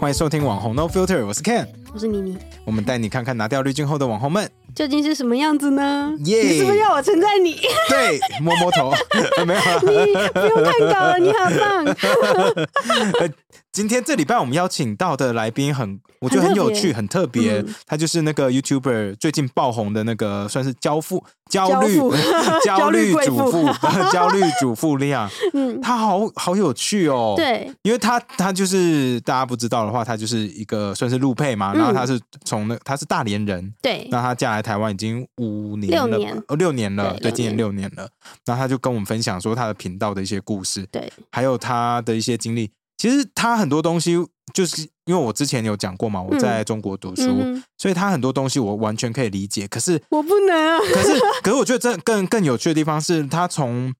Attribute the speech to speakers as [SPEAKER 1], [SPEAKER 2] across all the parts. [SPEAKER 1] 欢迎收听网红 No Filter，我是 Ken，
[SPEAKER 2] 我是妮妮，
[SPEAKER 1] 我们带你看看拿掉滤镜后的网红们。
[SPEAKER 2] 究竟是什么样子呢？
[SPEAKER 1] 耶
[SPEAKER 2] 你是不是要我称赞你？
[SPEAKER 1] 对，摸摸头， 呃没有啊。
[SPEAKER 2] 你不用看稿了，你好棒！
[SPEAKER 1] 今天这礼拜我们邀请到的来宾很，我觉得
[SPEAKER 2] 很
[SPEAKER 1] 很
[SPEAKER 2] 特
[SPEAKER 1] 有
[SPEAKER 2] 别嗯
[SPEAKER 1] 趣，很特别。他就是那个 YouTuber 最近爆红的那个，算是焦富焦虑 焦
[SPEAKER 2] 焦焦
[SPEAKER 1] 虑
[SPEAKER 2] 虑贵
[SPEAKER 1] 主
[SPEAKER 2] 妇
[SPEAKER 1] 妇 焦虑主妇利亚，
[SPEAKER 2] 嗯，
[SPEAKER 1] 他好好有趣哦。。
[SPEAKER 2] 对，
[SPEAKER 1] 因为他他就是大家不知道的话，他就是一个算是陆配嘛，然后
[SPEAKER 2] 嗯
[SPEAKER 1] 他是从那他是大连人，
[SPEAKER 2] 对，
[SPEAKER 1] 那他嫁来台湾已经五年
[SPEAKER 2] 六
[SPEAKER 1] 了吧，
[SPEAKER 2] 年
[SPEAKER 1] 哦，六年了，对，
[SPEAKER 2] 对六
[SPEAKER 1] 今年六年了。然后他就跟我们分享说他的频道的一些故事，
[SPEAKER 2] 对，
[SPEAKER 1] 还有他的一些经历。其实他很多东西，就是因为我之前有讲过嘛，我
[SPEAKER 2] 嗯
[SPEAKER 1] 在中国读书，
[SPEAKER 2] 嗯哼，
[SPEAKER 1] 所以他很多东西我完全可以理解。可是，
[SPEAKER 2] 我不能啊，
[SPEAKER 1] 可是，可是我觉得这更更有趣的地方是，他从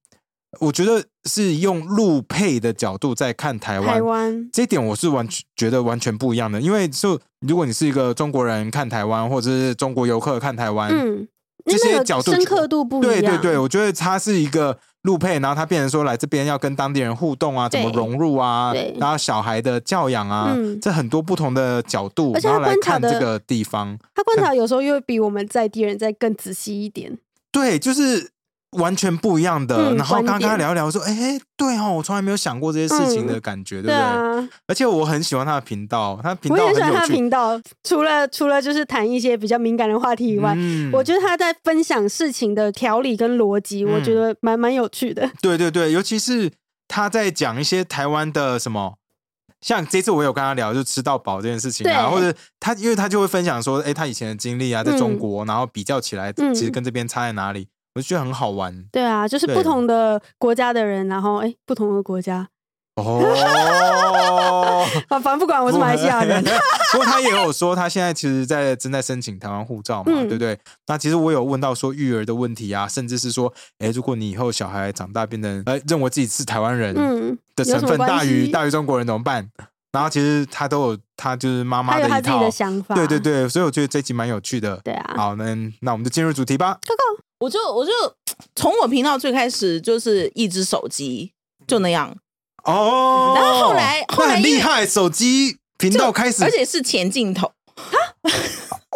[SPEAKER 1] 我觉得是用陆配的角度在看台湾
[SPEAKER 2] 台湾，
[SPEAKER 1] 这一点我是完全觉得完全不一样的，因为就如果你是一个中国人看台湾，或者是中国游客看台湾，
[SPEAKER 2] 嗯，那
[SPEAKER 1] 这些
[SPEAKER 2] 那个
[SPEAKER 1] 角度
[SPEAKER 2] 深刻度不一
[SPEAKER 1] 对
[SPEAKER 2] 样，
[SPEAKER 1] 对对，我觉得他是一个路配，然后他变成说来这边要跟当地人互动啊，怎么
[SPEAKER 2] 对
[SPEAKER 1] 融入啊
[SPEAKER 2] 对，
[SPEAKER 1] 然后小孩的教养啊，
[SPEAKER 2] 嗯
[SPEAKER 1] 这很多不同的角度，
[SPEAKER 2] 而且
[SPEAKER 1] 然后
[SPEAKER 2] 他
[SPEAKER 1] 来
[SPEAKER 2] 观察
[SPEAKER 1] 看这
[SPEAKER 2] 的
[SPEAKER 1] 个地方，
[SPEAKER 2] 他观察有时候又比我们在地人再更仔细一点，
[SPEAKER 1] 对，就是。完全不一样的，
[SPEAKER 2] 嗯
[SPEAKER 1] 然后
[SPEAKER 2] 观
[SPEAKER 1] 刚刚
[SPEAKER 2] 点嗯
[SPEAKER 1] 聊一聊说，哎，对哦，我从来没有想过这些事情的感觉，对不
[SPEAKER 2] 对
[SPEAKER 1] 对？
[SPEAKER 2] 啊，
[SPEAKER 1] 而且我很喜欢他的频道，他的频
[SPEAKER 2] 我
[SPEAKER 1] 道
[SPEAKER 2] 也
[SPEAKER 1] 很
[SPEAKER 2] 很喜欢
[SPEAKER 1] 有
[SPEAKER 2] 他的
[SPEAKER 1] 趣，
[SPEAKER 2] 频道，除了除了就是谈一些比较敏感的话题以外。
[SPEAKER 1] 嗯
[SPEAKER 2] 我觉得他在分享事情的条理跟逻辑，我
[SPEAKER 1] 嗯
[SPEAKER 2] 觉得蛮蛮有趣的。
[SPEAKER 1] 对对对，尤其是他在讲一些台湾的什么，像这次我有跟他聊，就吃到饱这件事情啊，
[SPEAKER 2] 对
[SPEAKER 1] 或者他因为他就会分享说，哎，他以前的经历啊，在中国，然后比较起来，
[SPEAKER 2] 嗯
[SPEAKER 1] 其实跟这边差在哪里，我就觉得很好玩
[SPEAKER 2] 对啊，就是
[SPEAKER 1] 对
[SPEAKER 2] 不同的国家的人，然后哎，不同的国家，
[SPEAKER 1] 哦。
[SPEAKER 2] 啊，反正不管 我是马来西亚人，
[SPEAKER 1] 不过他也有说，他现在其实在正在申请台湾护照嘛，
[SPEAKER 2] 嗯
[SPEAKER 1] 对不对？那其实我有问到说育儿的问题啊，甚至是说，哎，如果你以后小孩长大变成呃认为自己是台湾人，
[SPEAKER 2] 嗯，
[SPEAKER 1] 的成
[SPEAKER 2] 有什
[SPEAKER 1] 分
[SPEAKER 2] 么关
[SPEAKER 1] 大于
[SPEAKER 2] 系
[SPEAKER 1] 大于中国人怎么办？然后其实他都有他就是妈妈
[SPEAKER 2] 他有
[SPEAKER 1] 的
[SPEAKER 2] 他
[SPEAKER 1] 一
[SPEAKER 2] 自己的
[SPEAKER 1] 套，
[SPEAKER 2] 想法，
[SPEAKER 1] 对对，对，所以我觉得这集蛮有趣的。
[SPEAKER 2] 对啊，
[SPEAKER 1] 好，那那我们就进入主题 吧。
[SPEAKER 3] 我就我就从我频道最开始就是一只手机就那样，
[SPEAKER 1] 嗯哦，
[SPEAKER 3] 然后后来
[SPEAKER 1] 那
[SPEAKER 3] 后来
[SPEAKER 1] 很
[SPEAKER 3] 因为
[SPEAKER 1] 厉害，手机频道开始
[SPEAKER 3] 而，且是前镜头。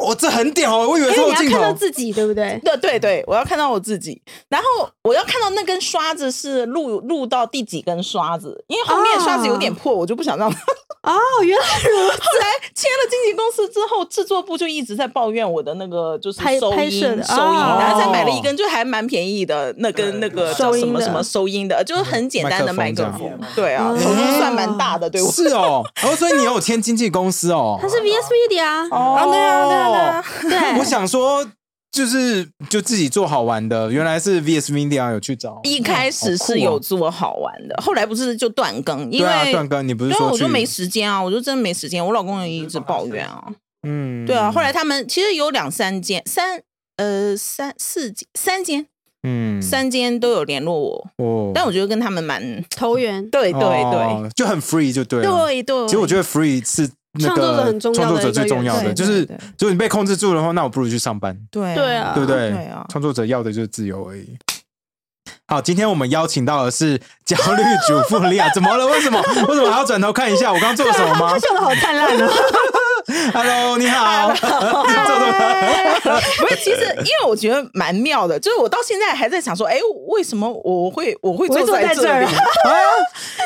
[SPEAKER 1] 哦，这很屌哦，我以为
[SPEAKER 2] 因
[SPEAKER 1] 是
[SPEAKER 2] 为
[SPEAKER 1] 后
[SPEAKER 2] 你要
[SPEAKER 1] 镜
[SPEAKER 2] 看到
[SPEAKER 1] 头，
[SPEAKER 2] 自己，对不对？
[SPEAKER 3] 对对对，我要看到我自己，然后我要看到那根刷子是录录到第几根刷子，因为后面刷子有
[SPEAKER 2] 啊
[SPEAKER 3] 点破，我就不想让。后
[SPEAKER 2] 哦，原来如此，
[SPEAKER 3] 来签了经纪公司之后，制作部就一直在抱怨我的那个就是
[SPEAKER 2] 拍
[SPEAKER 3] 收
[SPEAKER 2] 拍
[SPEAKER 3] 音收
[SPEAKER 2] 摄
[SPEAKER 3] 音，
[SPEAKER 2] 的啊
[SPEAKER 1] 哦
[SPEAKER 3] 然后才买了一根就还蛮便宜的那根那个叫
[SPEAKER 2] 收音
[SPEAKER 3] 什么
[SPEAKER 2] 的
[SPEAKER 3] 什么收音的，就是很简单的
[SPEAKER 1] 嗯麦
[SPEAKER 3] 麦
[SPEAKER 1] 克
[SPEAKER 3] 克
[SPEAKER 1] 风
[SPEAKER 3] 风。对啊，
[SPEAKER 2] 嗯
[SPEAKER 3] 投资算蛮大的，对我。
[SPEAKER 1] 是哦，哦，所以你有签经纪公司哦
[SPEAKER 2] 他。是 VS Media，啊
[SPEAKER 3] 啊，对啊，对啊，对啊。
[SPEAKER 2] 对，
[SPEAKER 1] 我想说，就是就自己做好玩的，原来是 VS Media 有去找，
[SPEAKER 3] 一开
[SPEAKER 1] 好
[SPEAKER 3] 始
[SPEAKER 1] 酷哦
[SPEAKER 3] 是有做好玩的，后来不是就断更，因
[SPEAKER 1] 对
[SPEAKER 3] 为、
[SPEAKER 1] 啊，段哥，你不是
[SPEAKER 3] 对啊，
[SPEAKER 1] 说
[SPEAKER 3] 我
[SPEAKER 1] 去
[SPEAKER 3] 就没时间啊，我就真的没时间。我老公也一直抱怨啊，
[SPEAKER 1] 嗯，
[SPEAKER 3] 对啊。后来他们其实有两三间，三呃三四间三间
[SPEAKER 1] 嗯
[SPEAKER 3] 三间都有联络我，
[SPEAKER 1] 哦，
[SPEAKER 3] 但我觉得跟他们蛮
[SPEAKER 2] 投缘，
[SPEAKER 3] 对对对
[SPEAKER 1] 哦就很 free 就对了。
[SPEAKER 3] 对对。
[SPEAKER 1] 其实我觉得 free 是那
[SPEAKER 2] 创作者
[SPEAKER 1] 个
[SPEAKER 2] 很重要的
[SPEAKER 1] 创作者最重要
[SPEAKER 2] 一
[SPEAKER 1] 的，
[SPEAKER 2] 个
[SPEAKER 1] 就是
[SPEAKER 3] 对对对
[SPEAKER 1] 如果你被控制住的话，那我不如去上班，
[SPEAKER 3] 对
[SPEAKER 2] 对啊
[SPEAKER 1] 对不对？
[SPEAKER 3] 对啊
[SPEAKER 1] 创作者要的就是自由而已。好，今天我们邀请到的是焦虑主妇莉亚，怎么了？为什么？为什么还要转头看一下？我刚做了什么 吗
[SPEAKER 2] 他笑的好灿烂 哦，
[SPEAKER 1] ？Hello，你好，
[SPEAKER 3] 不是，其实因为我觉得蛮妙的，就是我到现在还在想说，哎，为什么我会我
[SPEAKER 2] 我
[SPEAKER 3] 会
[SPEAKER 2] 会
[SPEAKER 3] 坐
[SPEAKER 2] 坐在这
[SPEAKER 3] 这
[SPEAKER 2] 儿
[SPEAKER 3] 里？
[SPEAKER 1] 啊，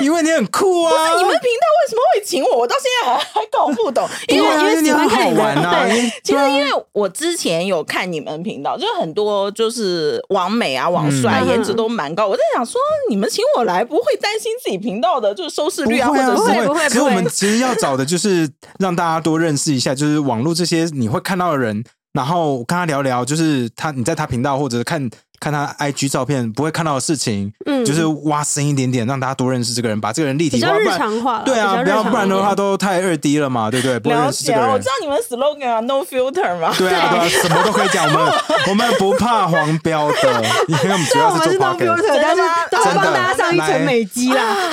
[SPEAKER 1] 因为你很酷啊，
[SPEAKER 3] 你们频道为什么会请我？我到现在还还搞不懂，因为
[SPEAKER 1] 对啊
[SPEAKER 2] 因为
[SPEAKER 1] 你
[SPEAKER 2] 喜
[SPEAKER 1] 很
[SPEAKER 2] 欢
[SPEAKER 1] 好
[SPEAKER 2] 看你的
[SPEAKER 1] 玩啊，因为
[SPEAKER 3] 其实因为我之前有看你们频道，就是很多就是网美啊、网帅、
[SPEAKER 2] 嗯
[SPEAKER 3] 颜值都蛮高。我在想说，你们请我来不会担心自己频道的就是收视
[SPEAKER 1] 不
[SPEAKER 3] 率
[SPEAKER 1] 会
[SPEAKER 3] 啊，
[SPEAKER 1] 啊，
[SPEAKER 3] 或者
[SPEAKER 2] 会
[SPEAKER 3] 是
[SPEAKER 2] 不会
[SPEAKER 1] 其实
[SPEAKER 2] 不
[SPEAKER 1] 我
[SPEAKER 2] 会
[SPEAKER 1] 们其实要找的就是让大家多认识一下，就是网络这些你会看到的人，然后跟他聊聊，就是他你在他频道或者是看看他 IG 照片不会看到的事情，
[SPEAKER 2] 嗯
[SPEAKER 1] 就是挖深一点点，让大家多认识这个人，把这个人立体
[SPEAKER 2] 比较
[SPEAKER 1] 化，
[SPEAKER 2] 日
[SPEAKER 1] 不然
[SPEAKER 2] 常化了，
[SPEAKER 1] 对啊，
[SPEAKER 2] 比
[SPEAKER 1] 不
[SPEAKER 2] 较
[SPEAKER 1] 要
[SPEAKER 2] 日常
[SPEAKER 1] 不然的
[SPEAKER 2] 一
[SPEAKER 1] 话
[SPEAKER 2] 点，
[SPEAKER 1] 都太二 D 了嘛，对不对？不会
[SPEAKER 3] 了
[SPEAKER 1] 认识
[SPEAKER 3] 解
[SPEAKER 1] 这个
[SPEAKER 3] 啊，我
[SPEAKER 1] 人
[SPEAKER 3] 知。道你们 slogan 啊，no filter 嘛。
[SPEAKER 1] 对啊，对啊，什么都可以讲，我们我们不怕黄标的，因为我们主
[SPEAKER 2] 虽然
[SPEAKER 1] 要
[SPEAKER 2] 我们
[SPEAKER 1] 是
[SPEAKER 2] 是
[SPEAKER 1] 做
[SPEAKER 2] no
[SPEAKER 1] p o
[SPEAKER 2] filter，但是都
[SPEAKER 1] 真
[SPEAKER 2] 会
[SPEAKER 1] 的
[SPEAKER 2] 帮大家上一层美 肌啦，
[SPEAKER 3] 啊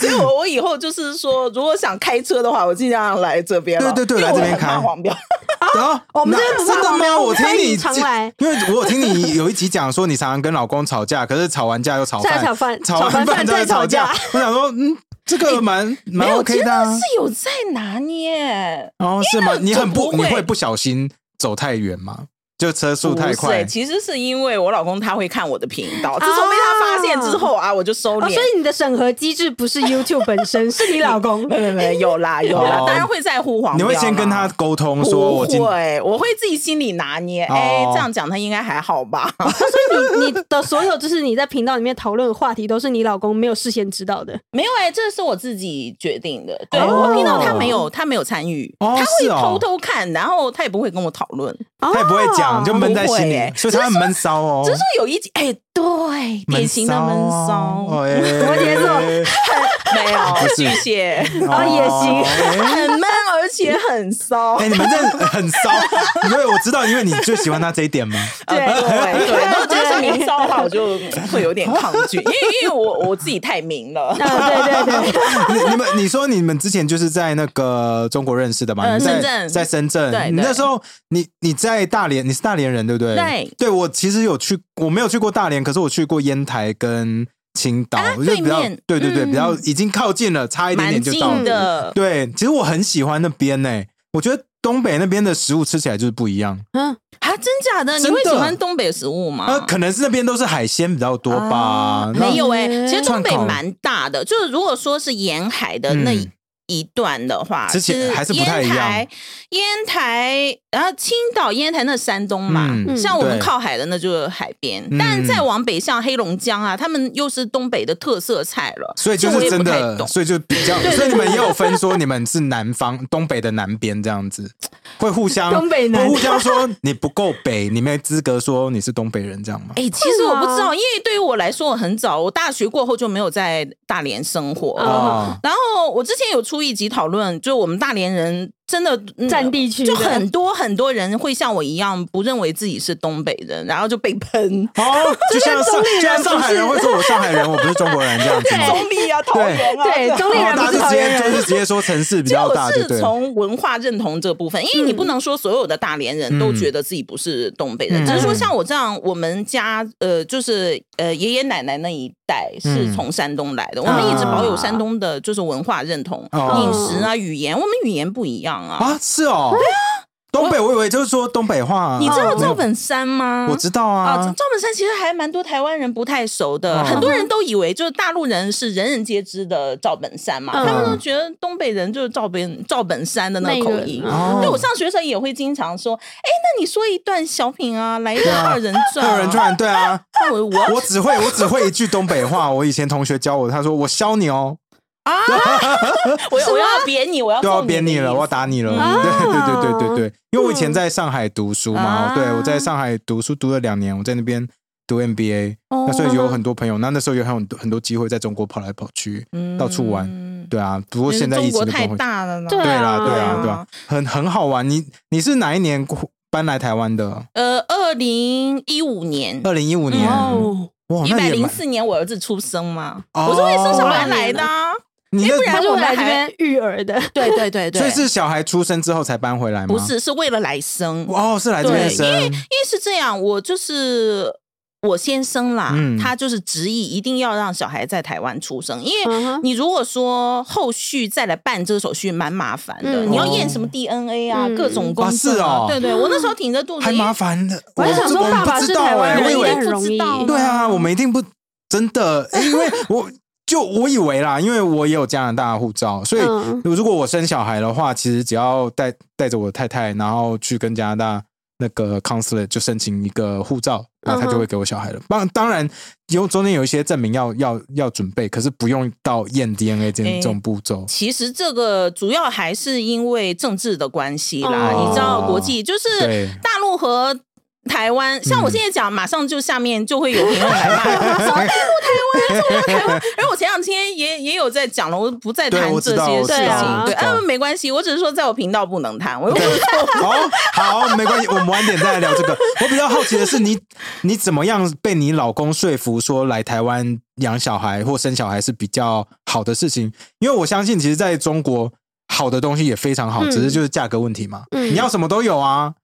[SPEAKER 3] 所以我我以后就是说，如果想开车的话，我尽量来这边了。
[SPEAKER 1] 对对对
[SPEAKER 3] 因为
[SPEAKER 1] 来这边
[SPEAKER 3] 我很怕
[SPEAKER 1] 开
[SPEAKER 3] 黄标。
[SPEAKER 1] 啊，
[SPEAKER 2] 我们
[SPEAKER 1] 那
[SPEAKER 2] 这边不怕
[SPEAKER 1] 真的
[SPEAKER 2] 黄
[SPEAKER 1] 吗？
[SPEAKER 2] 标
[SPEAKER 1] 我听
[SPEAKER 2] 欢
[SPEAKER 1] 你
[SPEAKER 2] 迎常
[SPEAKER 1] 这
[SPEAKER 2] 来
[SPEAKER 1] 因为我听你有一集讲说你常常跟老公吵架，可是吵完架又吵
[SPEAKER 2] 再
[SPEAKER 1] 饭，
[SPEAKER 2] 吵饭
[SPEAKER 1] 吵完
[SPEAKER 2] 吵完
[SPEAKER 1] 饭
[SPEAKER 2] 饭
[SPEAKER 1] 再
[SPEAKER 2] 再
[SPEAKER 1] 吵
[SPEAKER 2] 吵
[SPEAKER 1] 架
[SPEAKER 2] 架。
[SPEAKER 1] 我想说，嗯，这个蛮蛮
[SPEAKER 3] 没有，
[SPEAKER 1] OK
[SPEAKER 3] 真
[SPEAKER 1] 的啊
[SPEAKER 3] 的是有在拿捏。
[SPEAKER 1] 哦，是吗？你
[SPEAKER 3] 就
[SPEAKER 1] 很不
[SPEAKER 3] 不
[SPEAKER 1] 你
[SPEAKER 3] 会
[SPEAKER 1] 会不小心走太远吗？就车速
[SPEAKER 3] 不
[SPEAKER 1] 太
[SPEAKER 3] 是
[SPEAKER 1] 快
[SPEAKER 3] 欸，其实是因为我老公他会看我的频道，自从被他发现之后啊，我就收
[SPEAKER 2] 哦，
[SPEAKER 3] 敛。
[SPEAKER 2] 所以你的审核机制不是 YouTube 本 身，是你老公。
[SPEAKER 3] 没没没，有啦 有啦
[SPEAKER 1] 哦，
[SPEAKER 3] 当然会在乎黄
[SPEAKER 1] 你
[SPEAKER 3] 标啦。
[SPEAKER 1] 会先跟他沟通说，
[SPEAKER 3] 不
[SPEAKER 1] 我今
[SPEAKER 3] 会，我会自己心里拿捏。哎
[SPEAKER 1] 哦，
[SPEAKER 3] 这样讲他应该还 好吧？
[SPEAKER 2] 所以你你的所有就是你在频道里面讨论的话题，都是你老公没有事先知道的。
[SPEAKER 3] 没有哎，这是我自己决定的。对
[SPEAKER 1] 哦
[SPEAKER 3] 我频道他没有，他没有参与，
[SPEAKER 1] 哦
[SPEAKER 3] 他会
[SPEAKER 1] 是哦
[SPEAKER 3] 偷偷看，然后他也不会跟我讨论。
[SPEAKER 1] 他也不会
[SPEAKER 2] 哦
[SPEAKER 1] 讲，就闷在心
[SPEAKER 3] 不会
[SPEAKER 1] 里
[SPEAKER 3] 欸，
[SPEAKER 1] 所以他很闷骚哦
[SPEAKER 3] 只。是有一集，哎，对，典型的闷骚，
[SPEAKER 1] 哦摩
[SPEAKER 2] 羯
[SPEAKER 1] 座
[SPEAKER 3] 没有
[SPEAKER 1] 哎不是哎
[SPEAKER 3] 巨蟹，
[SPEAKER 2] 哦也行
[SPEAKER 3] 很闷，而且很骚。
[SPEAKER 1] 哎，你们这很骚， 因为我知道，因为你最喜欢他这一点 嘛。
[SPEAKER 2] 对
[SPEAKER 3] 对对，
[SPEAKER 2] 对
[SPEAKER 3] 如果真的是明骚的话，我就会有点抗拒，因为因为我我自己太明了。
[SPEAKER 2] 啊，对对对，
[SPEAKER 1] 你你们你说你们之前就是在那个中国认识的嘛？
[SPEAKER 3] 嗯
[SPEAKER 1] 你在
[SPEAKER 3] 深圳
[SPEAKER 1] 在深圳，
[SPEAKER 3] 对对
[SPEAKER 1] 你那时候你你在大连，你是大连人对不对？
[SPEAKER 3] 对，
[SPEAKER 1] 我其实有去，我没有去过大连，可是我去过烟台跟青岛，
[SPEAKER 3] 啊
[SPEAKER 1] 我就比较
[SPEAKER 3] 对面
[SPEAKER 1] 对对对，
[SPEAKER 3] 嗯
[SPEAKER 1] 比较已经靠近了，差一点
[SPEAKER 3] 蛮
[SPEAKER 1] 点就到了。
[SPEAKER 3] 近
[SPEAKER 1] 嗯
[SPEAKER 3] 的，
[SPEAKER 1] 对，其实我很喜欢那边呢、我觉得东北那边的食物吃起来就是不一样，
[SPEAKER 2] 嗯，
[SPEAKER 3] 啊，真假的？你
[SPEAKER 1] 真
[SPEAKER 3] 会
[SPEAKER 1] 的
[SPEAKER 3] 喜欢东北食物吗？
[SPEAKER 1] 呃，可能是那边都是海鲜比较多吧
[SPEAKER 3] 啊。
[SPEAKER 1] 那
[SPEAKER 3] 没有哎、
[SPEAKER 2] 嗯
[SPEAKER 3] 其实东北
[SPEAKER 1] 串口
[SPEAKER 3] 蛮大的，就是如果说是沿海的那
[SPEAKER 1] 嗯
[SPEAKER 3] 一段的话，
[SPEAKER 1] 之前
[SPEAKER 3] 是
[SPEAKER 1] 还是不太一样
[SPEAKER 3] 烟台，烟台，然后青岛、烟台那山东嘛，
[SPEAKER 1] 嗯
[SPEAKER 2] 嗯
[SPEAKER 3] 像我
[SPEAKER 1] 对
[SPEAKER 3] 们靠海的那就是海边，
[SPEAKER 1] 嗯
[SPEAKER 3] 但再往北像黑龙江啊，他们又是东北的特色菜了，
[SPEAKER 1] 所以就
[SPEAKER 3] 这我
[SPEAKER 1] 是
[SPEAKER 3] 也
[SPEAKER 1] 真
[SPEAKER 3] 不太
[SPEAKER 1] 的，
[SPEAKER 3] 懂
[SPEAKER 1] 所以就比较，所以你们也有分说你们是南方、东北的南边这样子，会互相
[SPEAKER 2] 东北南
[SPEAKER 1] 会互相说你不够北，你没资格说你是东北人这样吗？
[SPEAKER 3] 哎、其实我不知
[SPEAKER 2] 会吗
[SPEAKER 3] 道，因为对于我来说，我很早，我大学过后就没有在大连生活。
[SPEAKER 2] 哦
[SPEAKER 1] 哦，
[SPEAKER 3] 然后我之前有出一集讨论，就我们大连人真的、嗯
[SPEAKER 2] 占地区的
[SPEAKER 3] 就很多很多人会像我一样，不认为自己是东北人，然后就被喷。
[SPEAKER 1] 哦，就像上就像上海人会说我上海人，我不是中国人这样子吗？
[SPEAKER 3] 中立啊，桃园啊，
[SPEAKER 2] 对
[SPEAKER 3] 这
[SPEAKER 2] 中立
[SPEAKER 1] 哦
[SPEAKER 2] 人
[SPEAKER 1] 大家就
[SPEAKER 2] 不是
[SPEAKER 1] 直
[SPEAKER 2] 桃园
[SPEAKER 1] 接
[SPEAKER 2] 人
[SPEAKER 1] 就是直接说城市比较大，
[SPEAKER 3] 就
[SPEAKER 1] 对对
[SPEAKER 3] 是
[SPEAKER 1] 了？
[SPEAKER 3] 从文化认同这部分，因为你不能说所有的大连人都觉得自己不是东北人，
[SPEAKER 1] 嗯
[SPEAKER 3] 只是说像我这样，我们家呃，就是呃爷爷奶奶那一代是
[SPEAKER 1] 嗯
[SPEAKER 3] 从山东来的，我们一直保有山东的就是文化认同、
[SPEAKER 1] 哦
[SPEAKER 3] 饮食啊、语言，我们语言不一样啊。
[SPEAKER 1] 啊，是哦，东北我以为就是说东北话啊，
[SPEAKER 3] 你知道
[SPEAKER 1] 没有
[SPEAKER 3] 赵本山吗？
[SPEAKER 1] 我知道
[SPEAKER 3] 啊，
[SPEAKER 1] 啊
[SPEAKER 3] 赵，赵本山其实还蛮多台湾人不太熟的，
[SPEAKER 1] 哦
[SPEAKER 3] 很多人都以为就是大陆人是人人皆知的赵本山嘛，
[SPEAKER 2] 嗯
[SPEAKER 3] 他们都觉得东北人就是赵本赵本山的那个口音
[SPEAKER 2] 那。个
[SPEAKER 1] 哦
[SPEAKER 3] 对我上学的时候也会经常说，哎，那你说一段小品啊，来一段
[SPEAKER 1] 啊
[SPEAKER 3] 二人转、
[SPEAKER 1] 二人，转对啊，
[SPEAKER 3] 我 我
[SPEAKER 1] 我只会我只会一句东北话，我以前同学教我，他说我削你哦，
[SPEAKER 3] 我啊我要扁哦你，我要
[SPEAKER 1] 都要
[SPEAKER 3] 揍
[SPEAKER 1] 啊扁你
[SPEAKER 3] 的
[SPEAKER 1] 了，我
[SPEAKER 3] 意
[SPEAKER 1] 要
[SPEAKER 3] 思
[SPEAKER 1] 打你了。
[SPEAKER 3] 嗯
[SPEAKER 1] 对对对对对对，因为我以前在上海读书嘛，哦
[SPEAKER 3] 啊
[SPEAKER 1] 对我在上海读书读了两年，我在那边读 MBA，、那
[SPEAKER 3] 哦
[SPEAKER 1] 所以有很多朋友，那那时候有很多很多机会在中国跑来跑去，到处玩。
[SPEAKER 3] 嗯
[SPEAKER 1] 对啊，不过
[SPEAKER 3] 因为
[SPEAKER 1] 现在疫情
[SPEAKER 3] 中国
[SPEAKER 1] 就
[SPEAKER 3] 太
[SPEAKER 1] 不会。
[SPEAKER 3] 大了呢。
[SPEAKER 2] 对
[SPEAKER 1] 对啦，对
[SPEAKER 2] 啊
[SPEAKER 1] 啊，对啊，很很好玩。你你是哪一年搬来台湾的？
[SPEAKER 3] 呃，二零一五年。
[SPEAKER 1] 二零一五年，
[SPEAKER 2] 哦，
[SPEAKER 1] 哇，
[SPEAKER 3] 一
[SPEAKER 1] 那
[SPEAKER 3] 百
[SPEAKER 1] 也
[SPEAKER 3] 零
[SPEAKER 1] 蛮
[SPEAKER 3] 四年我儿子出生嘛，
[SPEAKER 1] 哦
[SPEAKER 3] 我是为生小孩来的、啊。
[SPEAKER 1] 你那
[SPEAKER 3] 哎不然
[SPEAKER 2] 他是我来这边育儿的，
[SPEAKER 3] 对对对对，
[SPEAKER 1] 所以是小孩出生之后才搬回来吗？
[SPEAKER 3] 不，是是为了来生？因
[SPEAKER 1] 哦，是来这边
[SPEAKER 3] 对
[SPEAKER 1] 生，
[SPEAKER 3] 为是这样，我就是我先生啦，
[SPEAKER 1] 嗯
[SPEAKER 3] 他就是执意一定要让小孩在台湾出生，因为。
[SPEAKER 2] 嗯哼
[SPEAKER 3] 你如果说后续再来办这个手续，蛮麻烦的。
[SPEAKER 2] 嗯
[SPEAKER 3] 你要验什么 DNA 啊，
[SPEAKER 2] 嗯
[SPEAKER 3] 各种公证
[SPEAKER 1] 哦啊是哦
[SPEAKER 3] 啊。对对，我那时候挺着肚子，
[SPEAKER 1] 还
[SPEAKER 3] 因为
[SPEAKER 1] 麻烦的。
[SPEAKER 2] 我还想说
[SPEAKER 1] 这
[SPEAKER 2] 爸爸
[SPEAKER 1] 不
[SPEAKER 2] 是
[SPEAKER 1] 知道
[SPEAKER 2] 台湾
[SPEAKER 1] 哎
[SPEAKER 2] 人
[SPEAKER 1] 我以
[SPEAKER 2] 应
[SPEAKER 1] 为
[SPEAKER 2] 该很容易
[SPEAKER 3] 我以为不知道
[SPEAKER 1] 对啊，我们一定不真 的，因为我就我以为啦，因为我也有加拿大的护照，所以
[SPEAKER 2] 嗯
[SPEAKER 1] 如果我生小孩的话，其实只要带带着我太太，然后去跟加拿大那个 consulate 就申请一个护照，那他
[SPEAKER 2] 嗯哼
[SPEAKER 1] 就会给我小孩了。当、当然有中间有一些证明要要要准备，可是不用到验 DNA 这
[SPEAKER 3] 哎
[SPEAKER 1] 这种步骤。
[SPEAKER 3] 其实这个主要还是因为政治的关系啦，
[SPEAKER 2] 哦
[SPEAKER 3] 你知道国际就是
[SPEAKER 1] 对嗯
[SPEAKER 3] 大陆和。台湾，像我现在讲，马上就下面就会有评论来骂我，什么大陆、台湾、什么台湾。然后我前两天也也有在讲了，我不再谈
[SPEAKER 1] 对我
[SPEAKER 3] 这
[SPEAKER 1] 知道
[SPEAKER 3] 些事
[SPEAKER 1] 我
[SPEAKER 2] 知道
[SPEAKER 3] 情。
[SPEAKER 2] 我
[SPEAKER 3] 对，
[SPEAKER 1] 知道
[SPEAKER 3] 啊，没关系，我只是说在我频道不能 谈，我又不
[SPEAKER 1] 对，好好，没关系，我们晚点再来聊这个。我比较好奇的是你，你怎么样被你老公说服说来台湾养小孩或生小孩是比较好的事情？因为我相信，其实在中国好的东西也非常好，
[SPEAKER 2] 嗯
[SPEAKER 1] 只是就是价格问题嘛。
[SPEAKER 2] 嗯
[SPEAKER 1] 你要什么都有啊。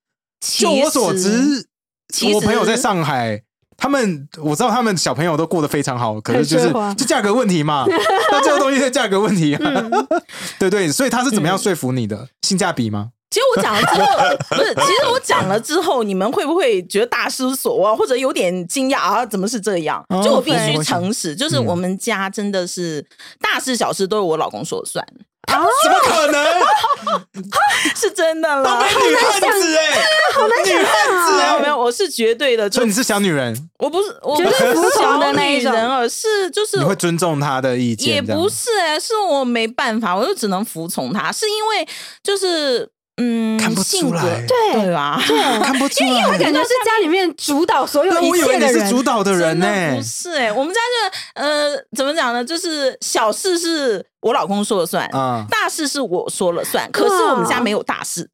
[SPEAKER 3] 其
[SPEAKER 1] 就我所
[SPEAKER 3] 实
[SPEAKER 1] 知
[SPEAKER 3] 其，实
[SPEAKER 1] 我朋友在上海，他们我知道他们小朋友都过得非常好，可是就
[SPEAKER 2] 很
[SPEAKER 1] 是
[SPEAKER 2] 奢华
[SPEAKER 1] 就价格问题 嘛，那这个东西是价格问题啊，
[SPEAKER 2] 嗯
[SPEAKER 1] 对对，所以他是怎么样说服你的？性价比吗？
[SPEAKER 3] 其实我讲了之后，不是，其实我讲了之后，你们会不会觉得大失所望，或者有点惊讶啊？怎么是这样
[SPEAKER 1] 哦？
[SPEAKER 3] 就我必
[SPEAKER 1] 对
[SPEAKER 3] 须诚实，就是我们家真的是大事小事都是我老公说了算，
[SPEAKER 1] 怎么可能？
[SPEAKER 3] 是真的
[SPEAKER 1] 当
[SPEAKER 3] 啦
[SPEAKER 1] 被。女汉子哎，好难女汉子
[SPEAKER 3] 没有没
[SPEAKER 1] 哎，
[SPEAKER 3] 有，我是绝对的，
[SPEAKER 1] 所
[SPEAKER 3] 就
[SPEAKER 1] 以你是小女人，
[SPEAKER 3] 我不是我
[SPEAKER 2] 绝
[SPEAKER 3] 不
[SPEAKER 2] 对服
[SPEAKER 3] 是
[SPEAKER 2] 从
[SPEAKER 3] 小
[SPEAKER 2] 的那一
[SPEAKER 3] 女
[SPEAKER 2] 种
[SPEAKER 3] 人而是就是
[SPEAKER 1] 你会尊重她的意见，
[SPEAKER 3] 也
[SPEAKER 1] 这样
[SPEAKER 3] 不是哎、是我没办法，我就只能服从他，是因为就是嗯，
[SPEAKER 1] 看不
[SPEAKER 3] 性
[SPEAKER 1] 出
[SPEAKER 3] 格
[SPEAKER 1] 来
[SPEAKER 2] 对
[SPEAKER 3] 对啊吧？
[SPEAKER 1] 看不出
[SPEAKER 2] 他
[SPEAKER 1] 来。
[SPEAKER 2] 感觉是家里面主导所有
[SPEAKER 1] 那我
[SPEAKER 2] 一
[SPEAKER 1] 以
[SPEAKER 2] 切
[SPEAKER 1] 为你
[SPEAKER 2] 的
[SPEAKER 1] 是主
[SPEAKER 2] 人，
[SPEAKER 1] 导的人欸
[SPEAKER 3] 真
[SPEAKER 1] 呢、
[SPEAKER 3] 的不是哎、我们家就呃，怎么讲呢？就是小事是我老公说了算，
[SPEAKER 1] 啊、
[SPEAKER 3] 大事是我说了算。可是我们家没有大事，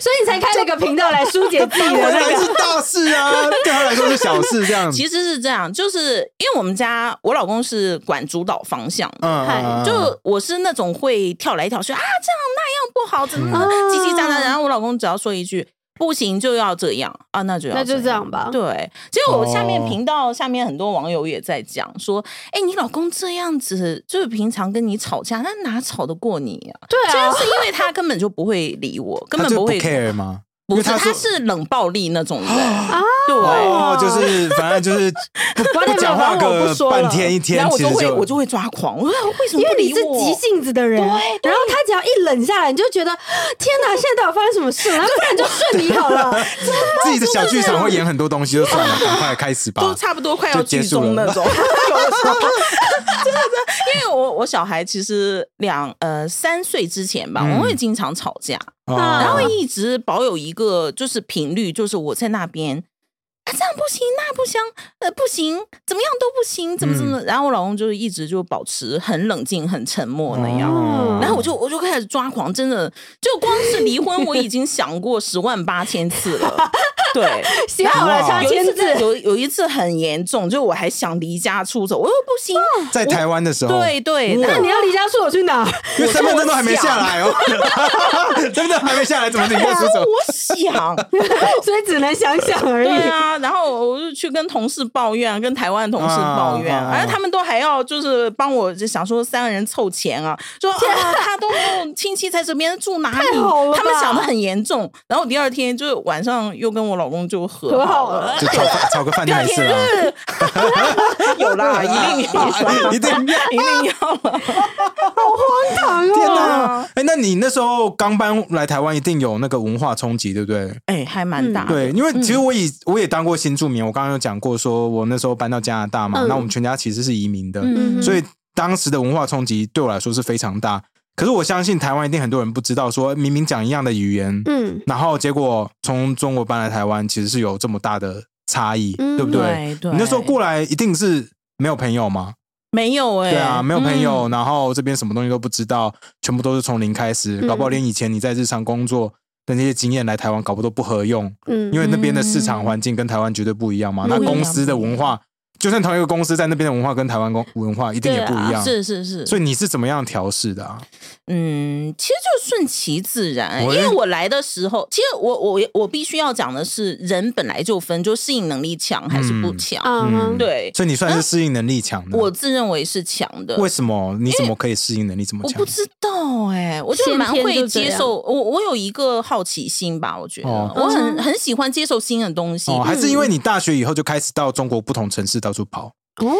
[SPEAKER 2] 所以你才开了个频道来疏解自 己
[SPEAKER 1] 当
[SPEAKER 2] 的
[SPEAKER 1] 我
[SPEAKER 2] 那
[SPEAKER 1] 来
[SPEAKER 2] 个。
[SPEAKER 1] 是大事 啊，对他来说是小事这样子。
[SPEAKER 3] 其实是这样，就是因为我们家我老公是管主导方向的。
[SPEAKER 1] 嗯，
[SPEAKER 2] 嗨
[SPEAKER 1] 嗯嗯
[SPEAKER 3] 就我是那种会跳来跳去啊，这样那样不好，怎么
[SPEAKER 2] 嗯
[SPEAKER 3] 叽叽喳喳。然后我老公只要说一句不行，就要这样啊，那就要
[SPEAKER 2] 那就这
[SPEAKER 3] 这样
[SPEAKER 2] 样吧
[SPEAKER 3] 对，其实我下面
[SPEAKER 1] 哦
[SPEAKER 3] 频道下面很多网友也在讲说，哎、你老公这样子，就是平常跟你吵架，那哪吵得过你呀、啊？
[SPEAKER 2] 对啊
[SPEAKER 3] 就是因为他根本就不会理 我，根
[SPEAKER 1] 他
[SPEAKER 3] 本
[SPEAKER 1] 就不
[SPEAKER 3] 会
[SPEAKER 1] care 吗？因为
[SPEAKER 3] 不是，
[SPEAKER 1] 他
[SPEAKER 3] 啊他
[SPEAKER 1] 说
[SPEAKER 3] 是冷暴力那 种人，对。啊
[SPEAKER 1] 哦，就是反正就是不
[SPEAKER 2] 管你
[SPEAKER 1] 不讲
[SPEAKER 2] 们
[SPEAKER 1] 话
[SPEAKER 2] 管我
[SPEAKER 1] 个
[SPEAKER 2] 不说了
[SPEAKER 1] 半天一天
[SPEAKER 3] 然，后我
[SPEAKER 1] 其
[SPEAKER 3] 就
[SPEAKER 1] 实
[SPEAKER 3] 会我就会抓狂，我说为什么
[SPEAKER 2] 因为
[SPEAKER 3] 不
[SPEAKER 2] 你
[SPEAKER 3] 理
[SPEAKER 2] 是
[SPEAKER 3] 我
[SPEAKER 2] 急性子的人，然后他只要一冷下来，你就觉得天哪，现在到底发生什么事了？然后不然就顺你好 了。
[SPEAKER 1] 自己的小剧场会演很多东西，就算了，赶快开始吧。
[SPEAKER 3] 啊都差不多快
[SPEAKER 1] 就
[SPEAKER 3] 要
[SPEAKER 1] 结
[SPEAKER 3] 剧
[SPEAKER 1] 束
[SPEAKER 3] 终
[SPEAKER 1] 了
[SPEAKER 3] 那 种。有的时候真的真的，因为我我小孩其实两呃三岁之前吧，
[SPEAKER 1] 嗯
[SPEAKER 3] 我们会经常吵架，
[SPEAKER 1] 哦
[SPEAKER 3] 然后一直保有一个就是频率，就是我在那边。啊，这样不行，那不行，呃，不行，怎么样都不行，怎么怎么，然后我老公就一直就保持很冷静、很沉默那样，
[SPEAKER 1] 哦
[SPEAKER 3] 然后我就我就开始抓狂，真的，就光是离婚，我已经想过十万八千次 了，对，
[SPEAKER 2] 写好了
[SPEAKER 1] 哇
[SPEAKER 2] 查
[SPEAKER 3] 有一
[SPEAKER 2] 签
[SPEAKER 3] 次
[SPEAKER 2] 字
[SPEAKER 3] 真的，有有一次很严重，就我还想离家出走，我又不行，
[SPEAKER 1] 在台湾的时候，
[SPEAKER 3] 对对，
[SPEAKER 1] 哇
[SPEAKER 2] 那你要离家出走去哪？
[SPEAKER 1] 因为身份证都还没下来哦， 真的还没下来，怎么领
[SPEAKER 3] 然
[SPEAKER 1] 会出
[SPEAKER 3] 后
[SPEAKER 1] 走？
[SPEAKER 3] 我想，
[SPEAKER 2] 所以只能想想而已
[SPEAKER 3] 对。啊，然后我就去跟同事抱怨，跟台湾的同事抱怨，
[SPEAKER 1] 啊啊啊
[SPEAKER 3] 然后他们都还要就是帮我就想说三个人凑钱啊，说啊他都没有亲戚在这边住哪里
[SPEAKER 2] 太好了，吧
[SPEAKER 3] 他们想的很严重，然后第二天就是晚上又跟我老公就和
[SPEAKER 2] 和好
[SPEAKER 3] 好
[SPEAKER 2] 了
[SPEAKER 3] 了，
[SPEAKER 1] 就炒饭炒个饭
[SPEAKER 3] 第
[SPEAKER 1] 店
[SPEAKER 3] 二
[SPEAKER 1] 没事
[SPEAKER 3] 天
[SPEAKER 1] 啦。
[SPEAKER 3] 就是有 啦，一定有
[SPEAKER 1] 哎一定
[SPEAKER 3] 一定要 了。哦
[SPEAKER 1] 天哪！
[SPEAKER 3] 啊
[SPEAKER 1] 哎、那你那时候刚搬来台湾，一定有那个文化冲击，对不对？
[SPEAKER 3] 哎、还蛮大的、
[SPEAKER 1] 对，因为其实我以、
[SPEAKER 2] 嗯
[SPEAKER 1] 我也当过新住民，我刚刚有讲过，说我那时候搬到加拿大嘛，
[SPEAKER 2] 嗯
[SPEAKER 1] 那我们全家其实是移民的，
[SPEAKER 2] 嗯
[SPEAKER 1] 所以当时的文化冲击对我来说是非常大。可是我相信台湾一定很多人不知道，说明明讲一样的语言，
[SPEAKER 2] 嗯，
[SPEAKER 1] 然后结果从中国搬来台湾，其实是有这么大的差异，
[SPEAKER 2] 嗯
[SPEAKER 1] 对不对？
[SPEAKER 3] 对对
[SPEAKER 1] 你那时候过来一定是没有朋友嘛？
[SPEAKER 3] 没有哎、
[SPEAKER 1] 对啊，没有朋友，
[SPEAKER 3] 嗯
[SPEAKER 1] 然后这边什么东西都不知道，全部都是从零开始，
[SPEAKER 2] 嗯
[SPEAKER 1] 搞不好连以前你在日常工作的那些经验来台湾，搞不都不合用，
[SPEAKER 2] 嗯
[SPEAKER 1] 因为那边的市场环境跟台湾绝对不一样嘛。那
[SPEAKER 3] 嗯不一样
[SPEAKER 1] 公司的文化，就算同一个公司在那边的文化跟台湾公文化一定也不一样，
[SPEAKER 3] 啊是是是，
[SPEAKER 1] 所以你是怎么样调试的啊？
[SPEAKER 3] 嗯，其实就顺其自然。因
[SPEAKER 1] 喂
[SPEAKER 3] 为我来的时候，其实我我我必须要讲的是，人本来就分，就适应能力强还是不强。
[SPEAKER 2] 嗯，
[SPEAKER 3] 对，
[SPEAKER 1] 所以你算是适应能力强的。
[SPEAKER 3] 我自认为是强的。
[SPEAKER 1] 为什么？你怎么可以适应能力这么
[SPEAKER 3] 我
[SPEAKER 1] 强
[SPEAKER 3] 不？知道哎、我就
[SPEAKER 2] 先
[SPEAKER 3] 蛮
[SPEAKER 2] 天
[SPEAKER 3] 会
[SPEAKER 2] 就这
[SPEAKER 3] 接
[SPEAKER 2] 样
[SPEAKER 3] 受我，我有一个好奇心吧，我觉得、
[SPEAKER 1] 哦
[SPEAKER 3] 我
[SPEAKER 2] 嗯
[SPEAKER 3] 很很喜欢接受新的东西。
[SPEAKER 1] 哦，还是因为你大学以后就开始到中国不同城市到处跑，
[SPEAKER 2] 哦，
[SPEAKER 3] 嗯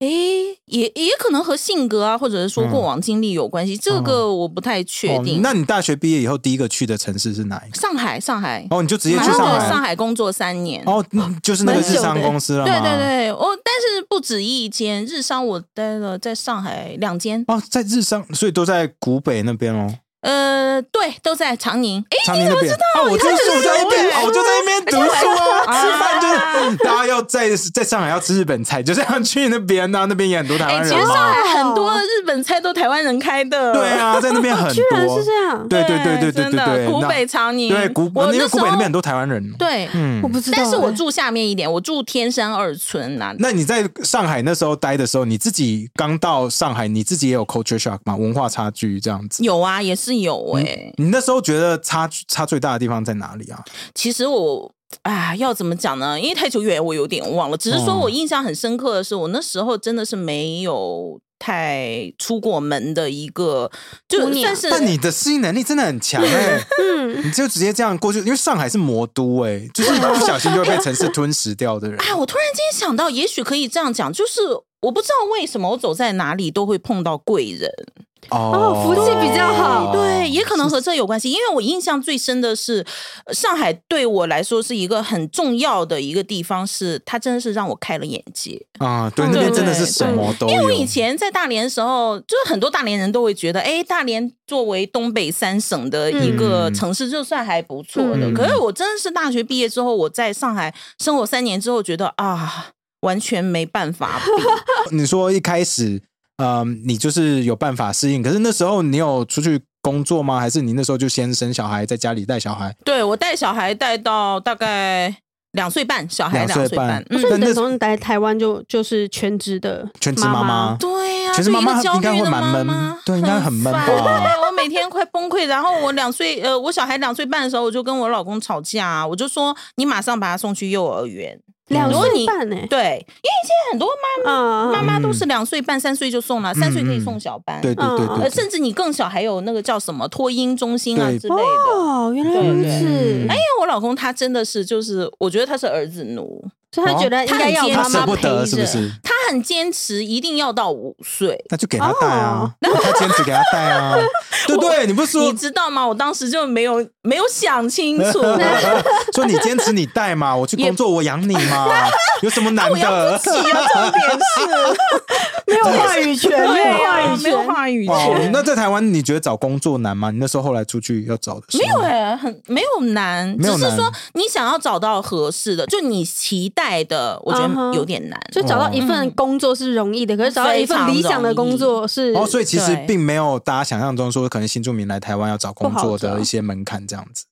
[SPEAKER 3] 诶，也也可能和性格啊，或者是说
[SPEAKER 1] 嗯
[SPEAKER 3] 过往经历有关系，这个我不太确定。
[SPEAKER 1] 哦。那你大学毕业以后第一个去的城市是哪一个？
[SPEAKER 3] 上海，上海，
[SPEAKER 1] 哦，你就直接去
[SPEAKER 3] 马上
[SPEAKER 1] 上
[SPEAKER 3] 就
[SPEAKER 1] 海。
[SPEAKER 3] 上海工作三年。
[SPEAKER 1] 哦，嗯就是那个日商公司了
[SPEAKER 3] 对
[SPEAKER 1] 吗？
[SPEAKER 3] 对。对，我但是不止一间，日商我待了在上海两间，
[SPEAKER 1] 哦，在日商，所以都在古北那边哦。
[SPEAKER 3] 呃，对，都在长宁。诶，
[SPEAKER 1] 长宁那边啊，我就是我在那边，
[SPEAKER 3] 哎
[SPEAKER 1] 我就在那边读书啊，
[SPEAKER 3] 哎
[SPEAKER 1] 吃饭就是大家要在在上海要吃日本菜，就这样去那边啊，那边也很多台
[SPEAKER 3] 诶，
[SPEAKER 1] 湾
[SPEAKER 3] 其
[SPEAKER 1] 人
[SPEAKER 3] 实上
[SPEAKER 1] 嘛。
[SPEAKER 3] 海很多日本菜都台湾人开的。
[SPEAKER 1] 对。啊，在那边 很
[SPEAKER 2] 居然
[SPEAKER 1] 多
[SPEAKER 2] 是。这样，
[SPEAKER 1] 对对对对对
[SPEAKER 3] 真
[SPEAKER 1] 对
[SPEAKER 3] 的
[SPEAKER 1] 对，
[SPEAKER 3] 古
[SPEAKER 1] 那
[SPEAKER 3] 北长宁
[SPEAKER 1] 对古，
[SPEAKER 3] 我那
[SPEAKER 1] 因为古北
[SPEAKER 3] 时候
[SPEAKER 1] 那边很多台湾人。
[SPEAKER 3] 对，
[SPEAKER 1] 嗯
[SPEAKER 2] 我，不知道欸。
[SPEAKER 3] 但是我住下面一点，我住天山二村呐、
[SPEAKER 1] 那你在上海那时候待的时候，你自己刚到上海，你自己也有 culture shock 嘛，文化差距这样子。
[SPEAKER 3] 有啊，也是有诶。
[SPEAKER 1] 你那时候觉得差距差最大的地方在哪里啊？
[SPEAKER 3] 其实我啊，要怎么讲呢？因为太久远，我有点忘了。只是说
[SPEAKER 1] 嗯
[SPEAKER 2] 哦
[SPEAKER 3] 我印象很深刻的是，我那时候真的是没有太出过门的一个，就
[SPEAKER 2] 姑娘
[SPEAKER 3] 算是
[SPEAKER 1] 但你的适应能力真的很强 哎、
[SPEAKER 2] 嗯，
[SPEAKER 1] 你就直接这样过去，因为上海是魔都哎、就是你不小心就会被城市吞噬掉 的人。
[SPEAKER 3] 啊，我突然间想到，也许可以这样讲，就是我不知道为什么我走在哪里都会碰到贵人。
[SPEAKER 1] 哦
[SPEAKER 2] 哦福气比较好
[SPEAKER 3] 对，也可能和这有关系，因为我印象最深的是，呃上海对我来说是一个很重要的一个地方，是它真的是让我开了眼界。
[SPEAKER 1] 啊、对，那边真的是什么都有。
[SPEAKER 3] 因为我以前在大连的时候，就是很多大连人都会觉得，哎，大连作为东北三省的一个
[SPEAKER 1] 嗯
[SPEAKER 3] 城市，就算还不错的。
[SPEAKER 2] 嗯
[SPEAKER 3] 可是我真的是大学毕业之后，我在上海生活三年之后，觉得啊，完全没办 法比。
[SPEAKER 1] 你说一开始，嗯，你就是有办法适应，可是那时候你有出去工作吗？还是你那时候就先生小孩，在家里带小孩？
[SPEAKER 3] 对我带小孩带到大概两岁半，小
[SPEAKER 1] 两
[SPEAKER 3] 孩
[SPEAKER 1] 岁
[SPEAKER 3] 两岁半
[SPEAKER 1] 半，
[SPEAKER 3] 嗯，
[SPEAKER 2] 所以
[SPEAKER 1] 但
[SPEAKER 2] 你
[SPEAKER 1] 那
[SPEAKER 2] 等从你来台湾就就是全职的
[SPEAKER 1] 全职妈妈
[SPEAKER 2] 妈，
[SPEAKER 3] 对呀、
[SPEAKER 1] 全
[SPEAKER 3] 就
[SPEAKER 1] 职妈妈
[SPEAKER 3] 一个焦
[SPEAKER 1] 应该
[SPEAKER 3] 虑
[SPEAKER 1] 会
[SPEAKER 3] 的
[SPEAKER 1] 蛮
[SPEAKER 3] 妈
[SPEAKER 1] 闷
[SPEAKER 3] 妈
[SPEAKER 1] 对应该很闷吧
[SPEAKER 3] 烦对我每天快崩溃。然后我两岁，呃，我小孩两岁半的时候，我就跟我老公吵架、我就说你马上把他送去幼儿园。
[SPEAKER 2] 两
[SPEAKER 3] 如果
[SPEAKER 2] 岁
[SPEAKER 3] 你
[SPEAKER 2] 半哎，
[SPEAKER 3] 对，因为现在很多
[SPEAKER 2] 啊，
[SPEAKER 3] 妈妈妈都
[SPEAKER 1] 嗯
[SPEAKER 3] 是两岁半、三岁就送了，三岁可以
[SPEAKER 1] 嗯
[SPEAKER 3] 送小班，
[SPEAKER 1] 对对对
[SPEAKER 2] 嗯
[SPEAKER 3] 呃，
[SPEAKER 1] 对对，
[SPEAKER 3] 甚至你更小还有那个叫什么托婴中心啊
[SPEAKER 1] 对
[SPEAKER 3] 之类的。
[SPEAKER 2] 哦，原来
[SPEAKER 3] 对
[SPEAKER 2] 如
[SPEAKER 3] 对
[SPEAKER 2] 此
[SPEAKER 1] 嗯，
[SPEAKER 3] 哎，因为我老公他真的是，就是我觉得他是儿子奴，
[SPEAKER 2] 所以他觉得应该要有
[SPEAKER 3] 哦
[SPEAKER 1] 他
[SPEAKER 2] 妈
[SPEAKER 1] 舍
[SPEAKER 2] 哎妈
[SPEAKER 1] 不
[SPEAKER 2] 陪着
[SPEAKER 1] 得，是不是？
[SPEAKER 3] 他很坚持一定要到五岁。
[SPEAKER 1] 那就给他带啊，他坚持给他带啊，对不对？你不是
[SPEAKER 3] 你
[SPEAKER 1] 说
[SPEAKER 3] 知道吗？我当时就没有没有想清 楚，
[SPEAKER 1] 说你坚持你带嘛，我去工作我养你嘛，有什么难
[SPEAKER 3] 我养不
[SPEAKER 1] 的
[SPEAKER 3] 起？啊，重点是
[SPEAKER 2] 没有话语权，没有
[SPEAKER 3] 对啊
[SPEAKER 2] 话语
[SPEAKER 3] 没有
[SPEAKER 2] 权，
[SPEAKER 3] 话语
[SPEAKER 1] 哦
[SPEAKER 3] 权，，
[SPEAKER 1] 那在台湾你觉得找工作难吗？你那时候后来出去要找的时候
[SPEAKER 3] 没有哎、很没有难，
[SPEAKER 1] 没有
[SPEAKER 3] 只是说
[SPEAKER 1] 难
[SPEAKER 3] 你想要找到合适的，就你期待的，我觉
[SPEAKER 2] 嗯哼
[SPEAKER 3] 得有点难。
[SPEAKER 2] 就找到一份
[SPEAKER 3] 嗯
[SPEAKER 2] 工作是容易的，可是找到一份理想的工作是
[SPEAKER 1] 哦，所以其实
[SPEAKER 3] 对
[SPEAKER 1] 并没有大家想象中说，可能新住民来台湾要找工作
[SPEAKER 2] 不好
[SPEAKER 1] 的
[SPEAKER 2] 找
[SPEAKER 1] 一些门槛这样子。